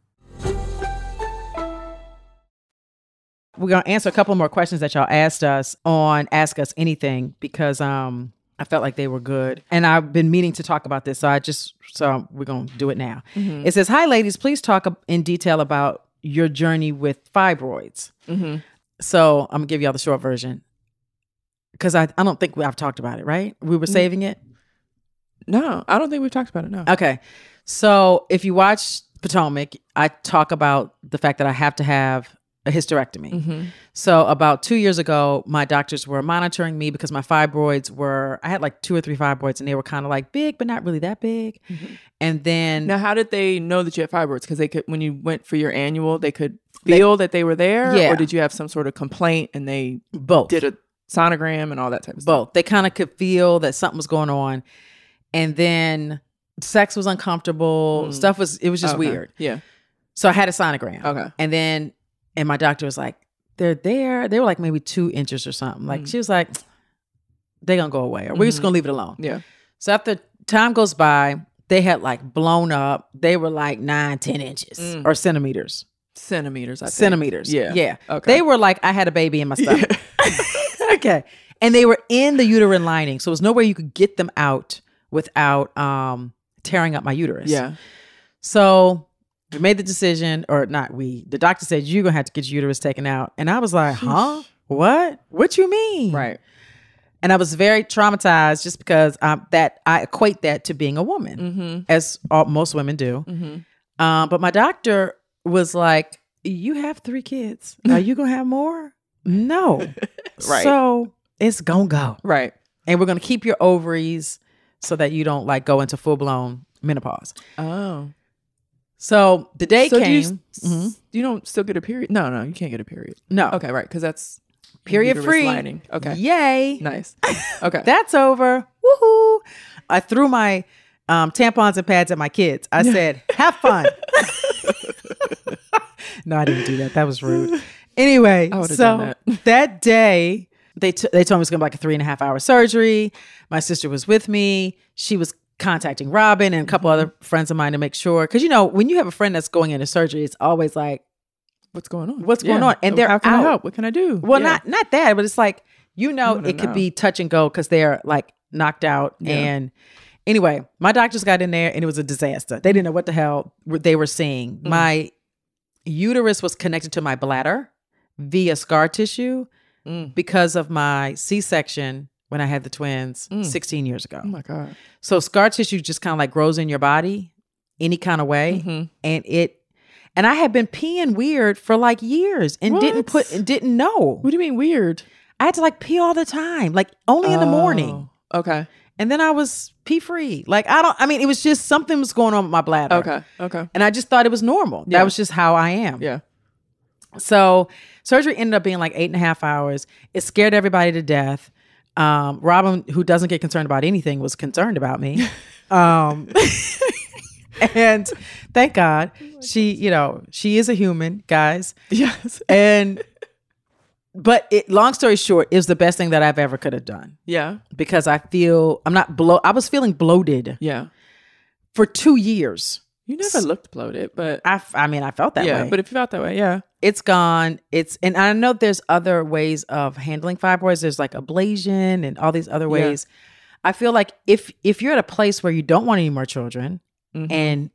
E: We're gonna answer a couple more questions that y'all asked us on Ask Us Anything because um I felt like they were good. And I've been meaning to talk about this, so I just so we're gonna do it now.
D: Mhm.
E: It says, "Hi, ladies. Please talk ab- in detail about your journey with fibroids."
D: Mhm.
E: So I'm gonna give y'all the short version because I I don't think we, I've talked about it. Right? We were
D: Mm.
E: saving it.
D: No, I don't think we've talked about it. No.
E: Okay. So if you watch Potomac, I talk about the fact that I have to have a hysterectomy.
D: Mhm.
E: So about two years ago, my doctors were monitoring me because my fibroids were, I had like two or three fibroids and they were kind of like big, but not really that big. And then
D: Mm-hmm. Now, how did they know that you had fibroids? Because they could, when you went for your annual, they could feel that they were there.
E: Yeah.
D: Or did you have some sort of complaint and they
E: both
D: did a sonogram and all that type of
E: both. They kind of could feel that something was going on. And then sex was uncomfortable.
D: Mm.
E: Stuff was, it was just
D: Okay.
E: weird.
D: Yeah.
E: So I had a sonogram.
D: Okay.
E: And then, and my doctor was like, they're there. They were like maybe two inches or something. Like
D: Mm.
E: she was like, they're going to go away or we're just
D: Mhm.
E: going to leave it alone.
D: Yeah.
E: So after time goes by, they had like blown up. They were like nine, ten inches
D: Mm.
E: or centimeters.
D: Centimeters, I think.
E: Centimeters.
D: Yeah.
E: Yeah.
D: Okay.
E: They were like, I had a baby in my stomach. <laughs> okay. And they were in the uterine lining. So there was no way you could get them out without um tearing up my uterus.
D: Yeah.
E: So we made the decision, or not we, the doctor said, You're gonna have to get your uterus taken out. And I was like, huh? What? What you mean? Right. And I was very traumatized just because um, that I equate that to being a woman,
D: Mhm.
E: as all, most women do.
D: Mhm.
E: Um, but my doctor was like, "You have three kids. Are you gonna have more? No.
D: <laughs> Right.
E: So it's gonna go.
D: Right.
E: And we're gonna keep your ovaries so that you don't like go into full blown menopause.
D: Oh.
E: So the day
D: So do
E: came.
D: you s- You don't still get a period? No, no, you can't get a period.
E: mm-hmm. No.
D: Okay, right. Because that's
E: Period
D: uterus
E: free.
D: lining. Okay.
E: Yay. <laughs>
D: Nice. Okay.
E: That's over. Woohoo. I threw my um, tampons and pads at my kids.
D: <laughs>
E: I <laughs> said, have <laughs> fun. no, I didn't do that. That was rude. Anyway,
D: I would've
E: so
D: done
E: <laughs> that. day, they t- they told me it was going to be like a three and a half hour surgery. My sister was with me. She was contacting Robin and a couple
D: Mm-hmm.
E: other friends of mine to make sure. Because, you know, when you have a friend that's going into surgery, it's always like,
D: what's going on?
E: What's going
D: Yeah.
E: on? And they're
D: How can I
E: out.
D: help? What can I do?
E: Well,
D: Yeah.
E: not not that, but it's like you know,
D: wanna
E: it could
D: know.
E: be touch and go because they're like knocked out.
D: Yeah.
E: And anyway, my doctors got in there and it was a disaster. They didn't know what the hell were- they were seeing.
D: Mm.
E: My uterus was connected to my bladder via scar tissue
D: Mm.
E: because of my C-section when I had the twins 16 years ago.
D: Oh my god.
E: So scar tissue just kind of like grows in your body any kind of way
D: Mm-hmm.
E: and it and I had been peeing weird for like years and didn't put and didn't know. What
D: do you mean weird?
E: I had to like pee all the time, like only in the morning.
D: Okay.
E: And then I was pee free. Like I don't I mean it was just something was going on with my bladder.
D: Okay. Okay.
E: And I just thought it was normal.
D: Yeah.
E: That was just how I am.
D: Yeah.
E: So surgery ended up being like eight and a half hours. It scared everybody to death. Um, Robin, who doesn't get concerned about anything, was concerned about
D: <laughs>
E: me. Um, <laughs> and thank God
D: Oh
E: she, you know, she is a human, guys.
D: Yes.
E: And but it long story short, it was the best thing that I've ever could have done
D: Yeah.
E: because I feel I'm not blow I was feeling bloated.
D: Yeah.
E: For two years.
D: You never looked bloated, but
E: I, f- I mean, I felt that
D: yeah.
E: way.
D: But if you felt that way, yeah.
E: it's gone. It's and I know there's other ways of handling fibroids. There's like ablation and all these other
D: Yeah.
E: ways. I feel like if if you're at a place where you don't want any more children
D: Mhm.
E: and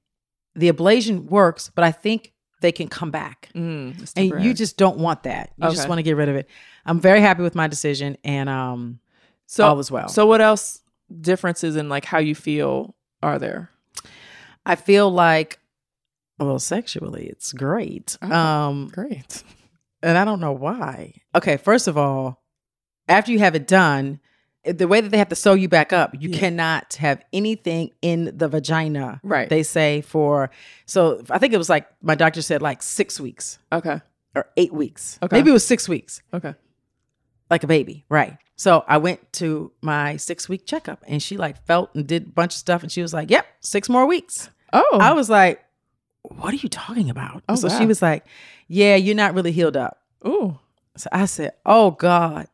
E: the ablation works, but I think they can come back.
D: Mm, it's
E: and you
D: temporary.
E: just don't want that. You just
D: Okay.
E: want to get rid of it. I'm very happy with my decision and um
D: So
E: all is well.
D: So what else differences in like how you feel are there?
E: I feel like well, sexually it's great.
D: Oh,
E: um
D: great. <laughs>
E: And I don't know why. Okay, first of all, after you have it done, eh, the way that they have to sew you back up, you cannot have anything in the vagina.
D: Right.
E: They say for so I think it was like my doctor said like six weeks.
D: Okay.
E: Or eight weeks.
D: Okay.
E: Maybe it was six weeks.
D: Okay.
E: Like a baby. Right. So I went to my six week checkup and she like felt and did a bunch of stuff and she was like, Yep, six more weeks.
D: Oh.
E: I was like, What are you talking about?
D: Oh,
E: so
D: wow.
E: she was like, Yeah, you're not really healed up.
D: Ooh.
E: So I said, Oh God.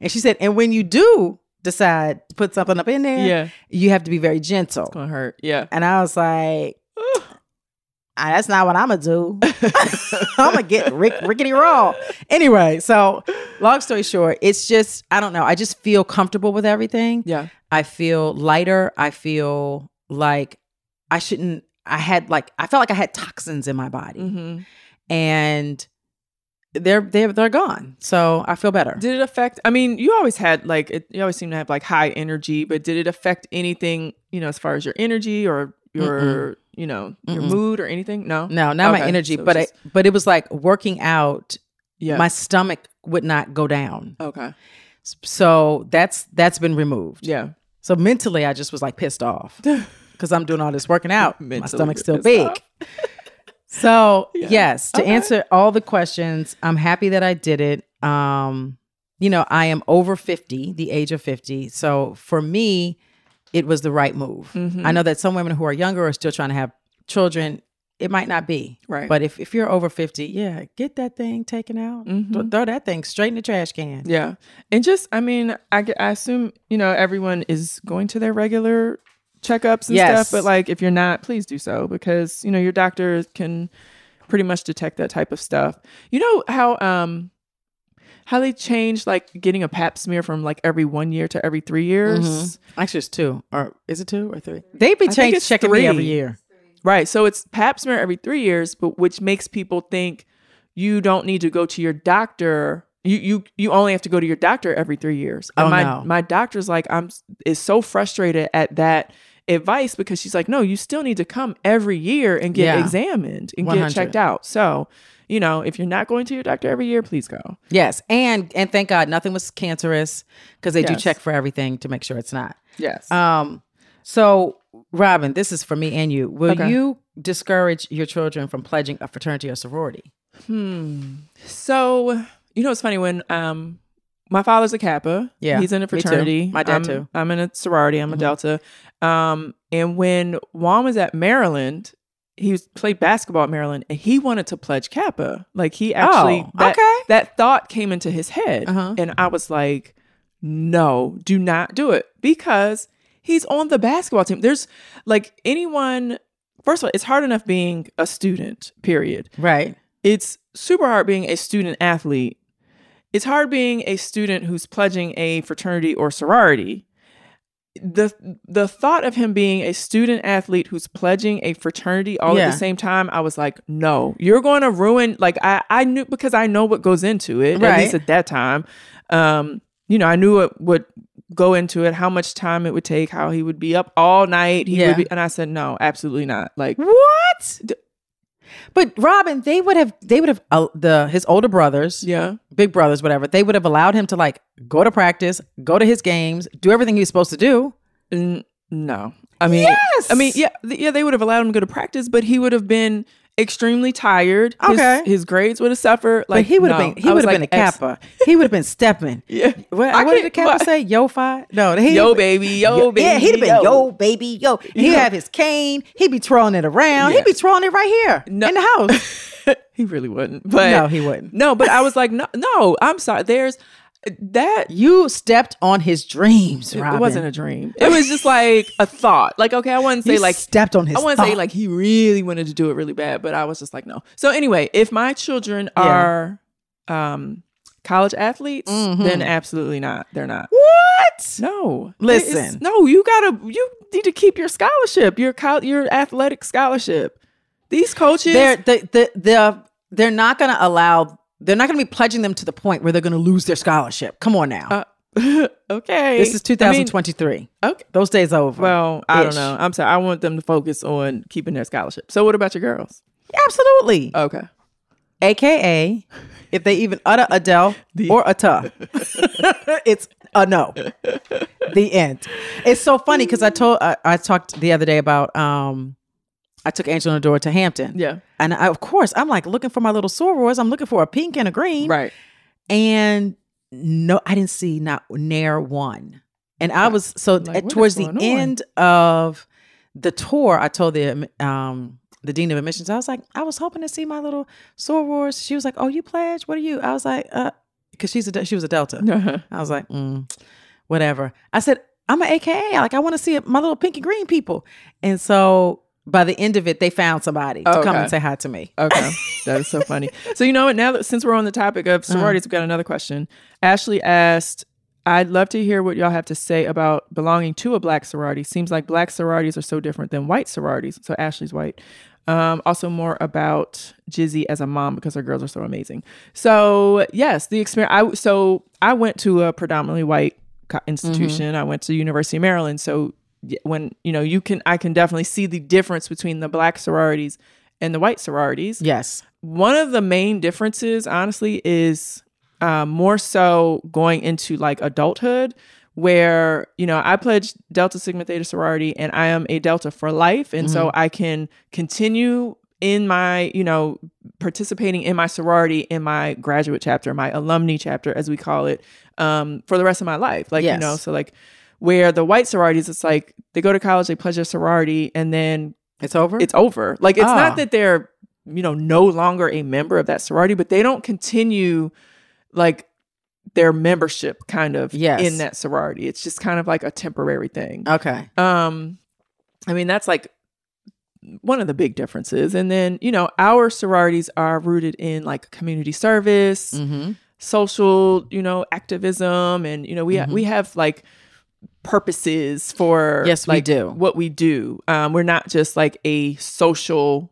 E: And she said, And when you do decide to put something up in there,
D: Yeah.
E: you have to be very gentle. It's
D: gonna hurt. Yeah.
E: And I was like, "Ah, that's not what I'm gonna do. I'm gonna get rick rickety raw. Anyway, so long story short, it's just I don't know. I just feel comfortable with everything.
D: Yeah.
E: I feel lighter. I feel like I shouldn't. I had like I felt like I had toxins in my body,
N: Mm.
D: Mhm.
E: and they're they're they're gone. So I feel better.
D: Did it affect? I mean, you always had like it, you always seem to have like high energy, but did it affect anything? You know, as far as your energy or your you know your
E: Mm-mm.
D: mood or anything? No,
E: No, not my
D: Okay.
E: energy,
D: So it's
E: but
D: just-
E: I, but it was like working out.
D: Yeah.
E: my stomach would not go down.
D: okay,
E: S- So that's that's been removed.
D: Yeah.
E: So mentally, I just was like pissed
D: <laughs>
E: off because I'm doing all this working out. my
D: Mentally
E: stomach's still
D: pissed
E: big.
D: off.
E: <laughs>
D: <laughs>
E: so yes, to answer all the questions, I'm happy that I did it. Um, you know, I am over 50, the age of 50. So for me, it was the right move.
D: Mhm.
E: I know that some women who are younger are still trying to have children. It might not be.
D: Right.
E: But if, if you're over 50, yeah, get that thing taken out.
D: Mm-hmm.
E: Th- throw that thing straight in the trash can.
D: yeah, and just I mean, I, g- I assume you know everyone is going to their regular checkups and
E: Yes.
D: stuff, but like if you're not, please do so because you know your doctor can pretty much detect that type of stuff. You know how um how they changed like getting a pap smear from like every one year to every three years.
E: Mhm. Actually, it's two. Or is it two or three? They be
D: I think
E: changing
D: it's
E: checking me every
D: three.
E: year.
D: Right. So it's pap smear every three years, but which makes people think you don't need to go to your doctor. You you you only have to go to your doctor every three years. And
E: Oh,
D: my
E: no.
D: my doctor's like I'm is so frustrated at that advice because she's like, no, you still need to come every year and get
E: Yeah.
D: examined and get
E: 100.
D: checked out. So you know if you're not going to your doctor every year, please go.
E: Yes. And and thank God nothing was cancerous because they do
D: Yes.
E: check for everything to make sure it's not.
D: Yes.
E: Um so Robin, this is for me and you. Will
D: Okay.
E: you discourage your children from pledging a fraternity or sorority?
D: Hmm. So you know, it's funny when um my father's a Kappa.
E: Yeah,
D: he's in a
E: me too.
D: fraternity.
E: My dad
D: I'm-
E: too. Mm-hmm.
D: I'm in a sorority. I'm a Delta. Um, and when Juan was at Maryland, he was played basketball at Maryland, and he wanted to pledge Kappa. Like he actually,
E: Oh,
D: that,
E: okay. Uh-huh.
D: that thought came into his head, and I was like, no, do not do it because he's on the basketball team. There's like anyone. First of all, it's hard enough being a student. Period.
E: Right.
D: It's super hard being a student athlete. It's hard being a student who's pledging a fraternity or sorority. The the thought of him being a student athlete who's pledging a fraternity all at
E: Yeah.
D: the same time, I was like, no, you're going to ruin. Like I I knew because I know what goes into it. At least
E: Right.
D: at that time, um, you know, I knew what would go into it, how much time it would take, how he would be up all night. He
E: Yeah.
D: would be, and I said, no, absolutely not. Like
E: What? But Robin, they would have they would have uh, the his older brothers,
D: yeah,
E: big brothers, whatever. They would have allowed him to like go to practice, go to his games, do everything he was supposed to do.
D: N- no. I mean,
E: Yes!
D: I mean, yeah, th- yeah, they would have allowed him to go to practice, but he would have been extremely tired. His-
E: Okay.
D: his, grades would have suffered.
E: but
D: Like
E: he would have
D: no.
E: been he
D: I
E: would
D: was
E: have been a
D: like, ex-
E: kappa. he would have been stepping.
D: <laughs> Yeah,
E: What,
D: I
E: what did
D: can't-
E: the kappa
D: what-
E: say? Yo fi? No, he
D: Yo, baby, yo,
E: Yeah, he'd have
D: baby,
E: been yo,
D: yo. <laughs>
E: baby, yo. He'd have his cane. He'd be throwing it around. He'd be throwing it right here in the
D: <laughs>
E: house.
D: he really wouldn't. But
E: no, he wouldn't.
D: No, but I was like, no, no, I'm sorry. There's that.
E: You stepped on his dreams, Robin.
D: It wasn't a dream. It <laughs> was just like a thought. Like, okay, I wouldn't say
E: You
D: like
E: stepped on his
D: I wouldn't say
E: thought.
D: like he really wanted to do it really bad, but I was just like, no. So anyway, if my children
E: Yeah.
D: are um college athletes,
E: Mhm.
D: then absolutely not. They're not.
E: What?
D: No.
E: Listen.
D: It's- no, you gotta you need to keep your scholarship, your col- your athletic scholarship. These coaches
E: They're the the the they're not going to allow. They're not going to be pledging them to the point where they're going to lose their scholarship. Come on now.
D: <laughs> okay.
E: this is
D: Uh, I mean,
E: 2023.
D: okay.
E: Those days over.
D: Well, I don't
E: Ish.
D: know. I'm sorry. I want them to focus on keeping their scholarship. So, what about your girls?
E: Absolutely.
D: Okay.
E: AKA, if they even utter Adele or a tuh, <laughs> it's a no. The end. It's so funny because I told I, I talked the other day about um I took Angel and Adora to Hampton.
D: Yeah.
E: And I, of course, I'm like looking for my little sorors. I'm looking for a pink and a green. Right. And no, I didn't see not near one. And I was so
D: Like,
E: at-
D: what is
E: towards the
D: going on?
E: end of the tour, I told the um the dean of admissions, I was like, I was hoping to see my little sorors. She was like, Oh, you pledge? What are you? I was like, uh, because she's a de- she was a Delta.
D: Uh-huh.
E: I was like, mm, whatever. I said, I'm an AKA. Like, I want to see my little pink and green people. And so by the end of it, they found somebody to come and say hi to me.
D: Okay. That is so funny. So you know what? Now that since we're on the topic of sororities, we've got another question. Ashley asked, "I'd love to hear what y'all have to say about belonging to a black sorority. Seems like black sororities are so different than white sororities." So Ashley's white. Um, also, more about Jizzy as a mom because her girls are so amazing. So yes, the experience. I so I went to a predominantly white co- institution. I went to University of Maryland. So y- when you know you can, I can definitely see the difference between the black sororities and the white sororities.
E: Yes.
D: One of the main differences, honestly, is uh, more so going into like adulthood, where, you know, I pledged Delta Sigma Theta sorority and I am a Delta for life. And so
E: Mhm.
D: I can continue in my, you know, participating in my sorority, in my graduate chapter, my alumni chapter, as we call it, um, for the rest of my life. Like, you
E: Yes.
D: know, so like where the white sororities, it's like they go to college, they pledge their sorority, and then
E: it's over.
D: It's over. Like it's
E: Ah.
D: not that they're you know no longer a member of that sorority, but they don't continue like their membership kind of
E: Yes.
D: in that sorority. It's just kind of like a temporary thing.
E: Okay.
D: Um, I mean that's like one of the big differences. And then you know our sororities are rooted in like community service,
E: Mm-hmm.
D: social you know activism, and you know we ha-
E: Mhm.
D: we have like purposes for
E: Yes, we
D: like,
E: do.
D: what we do. Um, we're not just like a social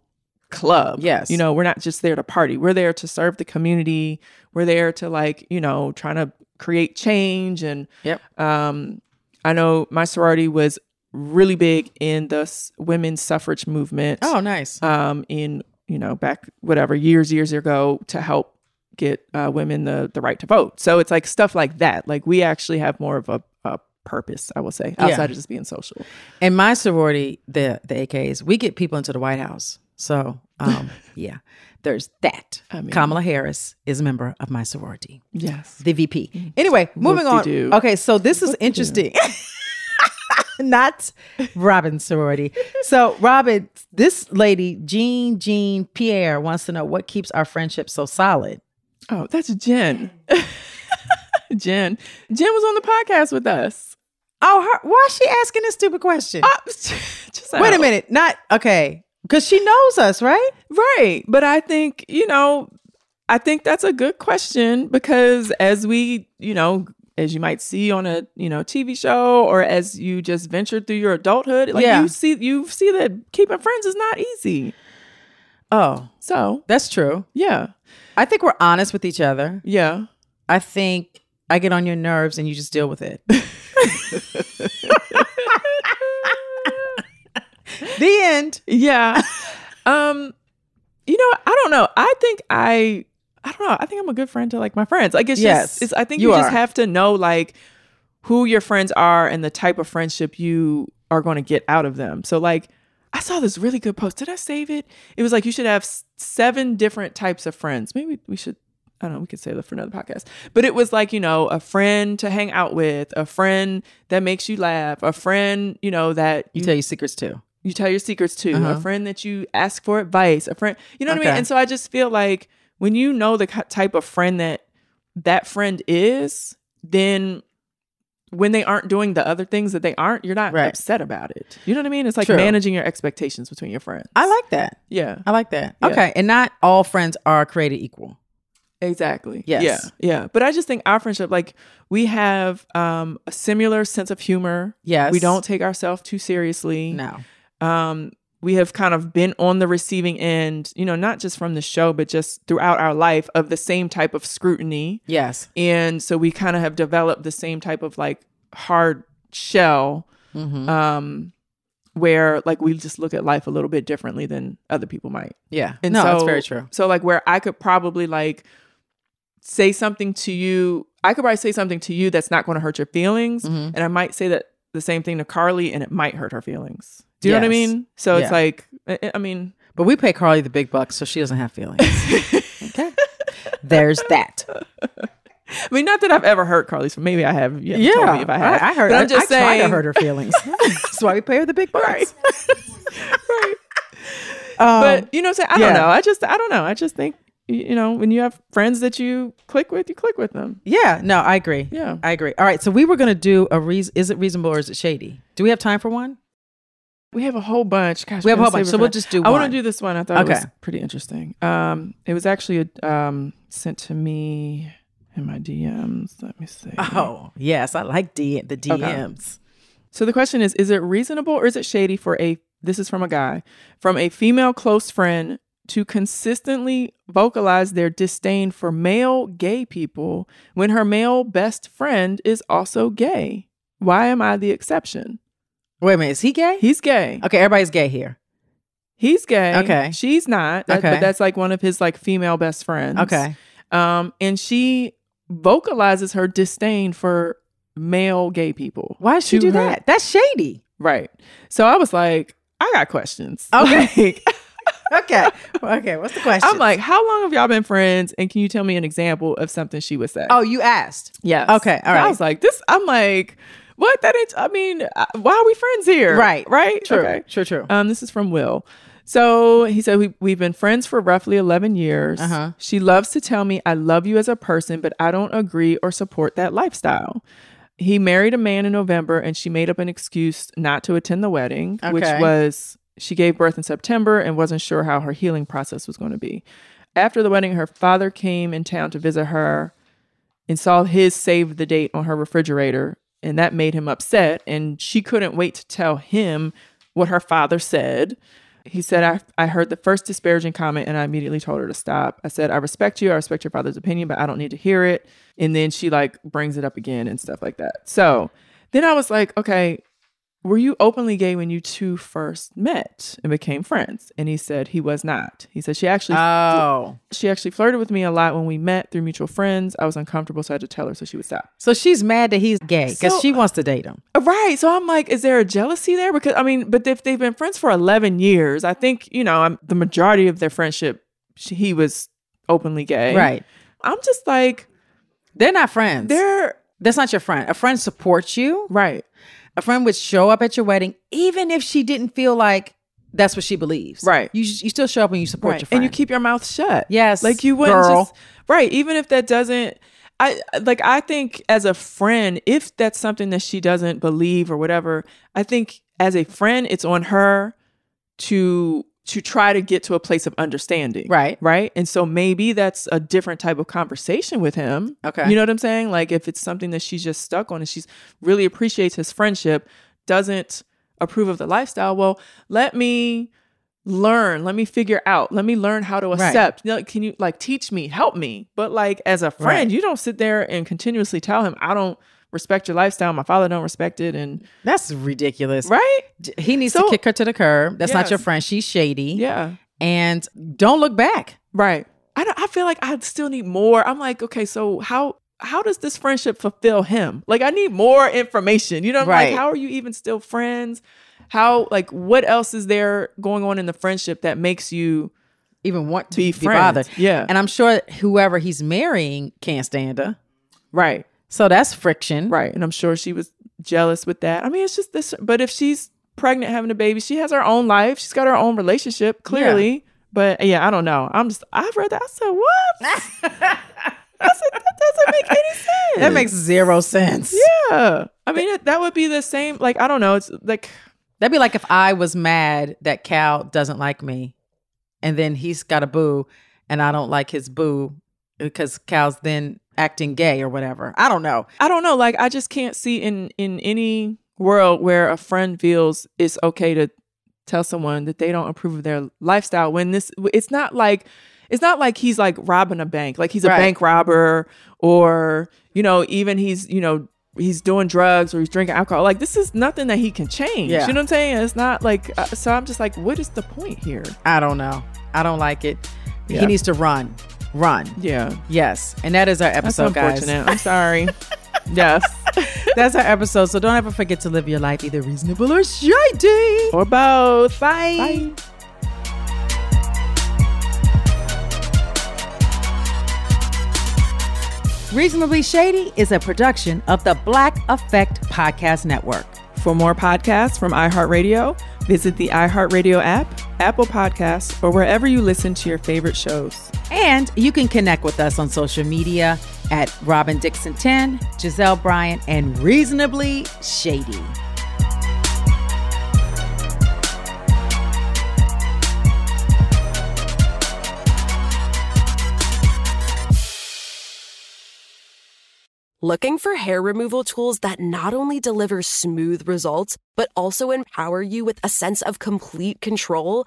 D: club.
E: Yes.
D: You know, we're not just there to party. We're there to serve the community. We're there to like, you know, trying to create change and
E: Yep.
D: um I know my sorority was really big in the s- women's suffrage movement.
E: Oh, nice.
D: Um in, you know, back whatever years years ago to help get uh, women the the right to vote. So it's like stuff like that. Like we actually have more of a, a purpose, I will say,
E: Yeah.
D: outside of just being social.
E: In my sorority, the the AKs, we get people into the White House. So
D: <laughs>
E: um, yeah, there's that. Kamala Harris is a member of my sorority.
D: Yes. Mm.
E: the VP. Anyway, moving on.
D: Whoop-de-doo.
E: Okay, so this is interesting. <laughs> Not Robin's sorority. So Robin, this lady Jean Jean Pierre wants to know what keeps our friendship so solid.
D: Oh, that's
E: <laughs>
D: Jen. Jen. Jen was on the podcast with us. Uh,
E: Oh, her, why is she asking this stupid question?
D: <laughs>
E: Wait a minute. Not okay. Because she knows us, right?
D: Right. But I think, you know, I think that's a good question because as we, you know, as you might see on a, you know, TV show or as you just venture through your adulthood, like
E: Yeah.
D: you see you see that keeping friends is not easy.
E: Oh,
D: so
E: that's true.
D: Yeah.
E: I think we're honest with each other.
D: Yeah.
E: I think I get on your nerves and you just deal with
D: <laughs>
E: it. <laughs> the end. <laughs>
D: Yeah. um, you know, I don't know. I think I I don't know. I think I'm a good friend to like my friends. Like it's
E: Yes,
D: just it's I think
E: you
D: you, just
E: are.
D: have to know like who your friends are and the type of friendship you are going to get out of them. So like I saw this really good post. Did I save it? It was like you should have s- seven different types of friends. Maybe we should I don't know, we could save that for another podcast. But it was like, you know, a friend to hang out with, a friend that makes you laugh, a friend, you know, that
E: You tell your secrets too.
D: you tell your secrets to
E: Uh-huh.
D: a friend that you ask for advice a friend you know what i
E: Okay.
D: mean and so i just feel like when you know the ki- type of friend that that friend is then when they aren't doing the other things that they aren't you're not
E: Right.
D: upset about it you know what i mean it's like
E: True.
D: managing your expectations between your friends
E: I like that.
D: yeah
E: I like that.
D: Yeah.
E: Okay. And not all friends are created equal.
D: Exactly.
E: Yes.
D: Yeah. Yeah. But I just think our friendship, like we have um, a similar sense of humor.
E: Yes.
D: We don't take ourselves too seriously.
E: No.
D: Um, we have kind of been on the receiving end, you know, not just from the show, but just throughout our life of the same type of scrutiny.
E: Yes.
D: And so we kind of have developed the same type of like hard shell.
E: Mhm.
D: Um, where like we just look at life a little bit differently than other people might.
E: Yeah. No,
D: so,
E: that's very true.
D: So like where I could probably like say something to you, I could probably say something to you that's not going to hurt your feelings,
E: Mhm.
D: and I might say that the same thing to Carly, and it might hurt her feelings. Do you know what I
E: Yes.
D: mean? So
E: Yeah.
D: it's like I- I- I mean,
E: But we pay Carly the big bucks, so she doesn't have feelings.
D: <laughs>
E: okay. There's that.
D: I mean, not that I've ever hurt Carly's. Maybe I have. You haven't
E: Yeah,
D: told me if I have.
E: I, I heard.
D: But
E: I-
D: I'm just
E: I
D: saying.
E: tried to hurt her feelings. That's why we pay her the big bucks. Um,
D: <laughs> but you know, what I'm saying I
E: yeah.
D: don't know. I just, I don't know. I just think, y- you know, when you have friends that you click with, you click with them.
E: Yeah, no, I agree.
D: Yeah.
E: I agree. All right, so we were going to do a reason. Is it reasonable or is it shady? Do we have time for one?
D: We have a whole bunch. Gosh,
E: We have a
D: gotta
E: whole bunch,
D: save it
E: so
D: for
E: we'll
D: that.
E: just do
D: I want
E: one.
D: to do this one. I thought it
E: Okay.
D: was pretty interesting. Um, it was actually um sent to me in my DMs. Let me see.
E: Oh, yes, I like D- the
D: Okay.
E: DMs.
D: So the question is is it reasonable or is it shady for a this is from a guy from a female close friend to consistently vocalize their disdain for male gay people when her male best friend is also gay? Why am I the exception?
E: Wait a minute, is he gay?
D: He's gay.
E: Okay, everybody's gay here.
D: He's gay.
E: Okay.
D: She's not. That-
E: Okay.
D: But that's like one of his like female best friends.
E: Okay.
D: Um, and she vocalizes her disdain for male gay people.
E: Why should you
D: to
E: do
D: her-
E: that? That's shady.
D: Right. So I was like, I got questions.
E: Okay.
D: <laughs> Like, <laughs>
E: okay. Okay, what's the question?
D: I'm like, how long have y'all been friends? And can you tell me an example of something she would say?
E: oh, you asked.
D: yes.
E: Okay, all
D: So I
E: right.
D: was like, this, I'm like, what? That ain't, I mean, uh, why are we friends here?
E: Right.
D: Right.
E: True.
D: Okay.
E: True, true.
D: Um, this is from Will. So he said, we, We've been friends for roughly 11 years.
E: Uh-huh.
D: She loves to tell me, I love you as a person, but I don't agree or support that lifestyle. He married a man in November and she made up an excuse not to attend the wedding, which
E: Okay.
D: was she gave birth in September and wasn't sure how her healing process was going to be. After the wedding, her father came in town to visit her and saw his save the date on her refrigerator and that made him upset and she couldn't wait to tell him what her father said he said I, I heard the first disparaging comment and i immediately told her to stop i said i respect you i respect your father's opinion but i don't need to hear it and then she like brings it up again and stuff like that so then i was like okay were you openly gay when you two first met and became friends and he said he was not he said she actually
E: Oh.
D: she actually flirted with me a lot when we met through mutual friends i was uncomfortable so i had to tell her so she would stop
E: So she's mad that he's gay because
D: So-
E: she wants to date him.
D: oh, Right. So I'm like, is there a jealousy there? Because I mean, but if they've been friends for 11 years, I think, you know, I'm, the majority of their friendship, she, he was openly gay.
E: Right.
D: I'm just like,
E: They're not friends.
D: they're,
E: That's not your friend. A friend supports you.
D: right.
E: A friend would show up at your wedding, even if she didn't feel like that's what she believes.
D: Right.
E: You, you still show up and you support your
D: Right.
E: friend.
D: And you keep your mouth shut.
E: Yes,
D: Like you wouldn't
E: girl.
D: just right, even if that doesn't I like I think as a friend, if that's something that she doesn't believe or whatever, I think as a friend it's on her to to try to get to a place of understanding.
E: Right.
D: Right. And so maybe that's a different type of conversation with him.
E: Okay.
D: You know what I'm saying? Like if it's something that she's just stuck on and she's really appreciates his friendship, doesn't approve of the lifestyle, well, let me learn let me figure out let me learn how to accept You know, can you like teach me help me but like as a friend
E: Right.
D: you don't sit there and continuously tell him i don't respect your lifestyle my father don't respect it and
E: That's ridiculous.
D: right
E: D- He needs to
D: So-
E: kick her to the curb. That's not your
D: Yes.
E: friend. She's shady.
D: yeah
E: And don't look back.
D: right i don't i feel like i still need more i'm like okay so how how does this friendship fulfill him like i need more information you know I'm
E: Right.
D: like how are you even still friends how like what else is there going on in the friendship that makes you
E: Even want to
D: Be
E: be,
D: friends.
E: bothered.
D: Yeah.
E: And I'm sure whoever he's marrying can't
D: <laughs>
E: stand her.
D: right
E: So that's friction.
D: Right. And I'm sure she was jealous with that. I mean, it's just this, but if she's pregnant having a baby, she has her own life. She's got her own relationship, clearly. But yeah, I don't know. I'm just, I've read that. I said,
E: <laughs>
D: what? I said, that doesn't make any sense.
E: That makes zero sense.
D: yeah. I mean, it, that would be the same. Like, I don't know. It's like,
E: That'd be like if I was mad that Cal doesn't like me, and then he's got a boo, and I don't like his boo because Cal's then acting gay or whatever. I don't know.
D: I don't know. Like, I just can't see in, in any world where a friend feels it's okay to tell someone that they don't approve of their lifestyle when this it's not like it's not like he's like robbing a bank like he's a
E: Right.
D: bank robber or you know even he's you know he's doing drugs or he's drinking alcohol. Like this is nothing that he can change.
E: Yeah.
D: You know what I'm saying? It's not like uh, so. I'm just like, what is the point here?
E: I don't know. I don't like it.
D: Yeah.
E: He needs to run. Run.
D: Yeah.
E: Yes. And that is our
D: That's
E: episode, guys.
D: unfortunate.
E: <laughs>
D: I'm sorry. yes.
E: That's our episode. So don't ever forget to live your life either reasonable or shady.
D: Or both. Bye.
E: Bye.
F: Reasonably Shady is a production of the Black Effect Podcast Network.
D: For more podcasts from iHeartRadio, visit the iHeartRadio app, Apple Podcasts, or wherever you listen to your favorite shows.
F: And you can connect with us on social media at Robin Dixon 10, Giselle Bryant, and Reasonably Shady.
A: Looking for hair removal tools that not only deliver smooth results, but also empower you with a sense of complete control?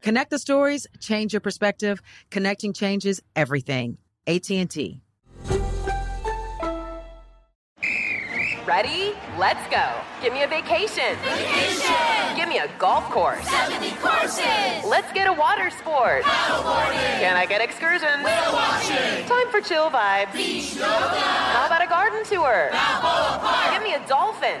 F: Connect the stories, change your perspective. Connecting changes everything. AT&T.
O: Ready? Let's go. Give me a vacation. Vacation. Give me a golf course. 70 courses. Let's get a water sport. Paddleboarding. Can I get excursions? Whale watching. Time for chill vibes. Beach yoga. How about a garden tour? Balboa Park. Give me a dolphin.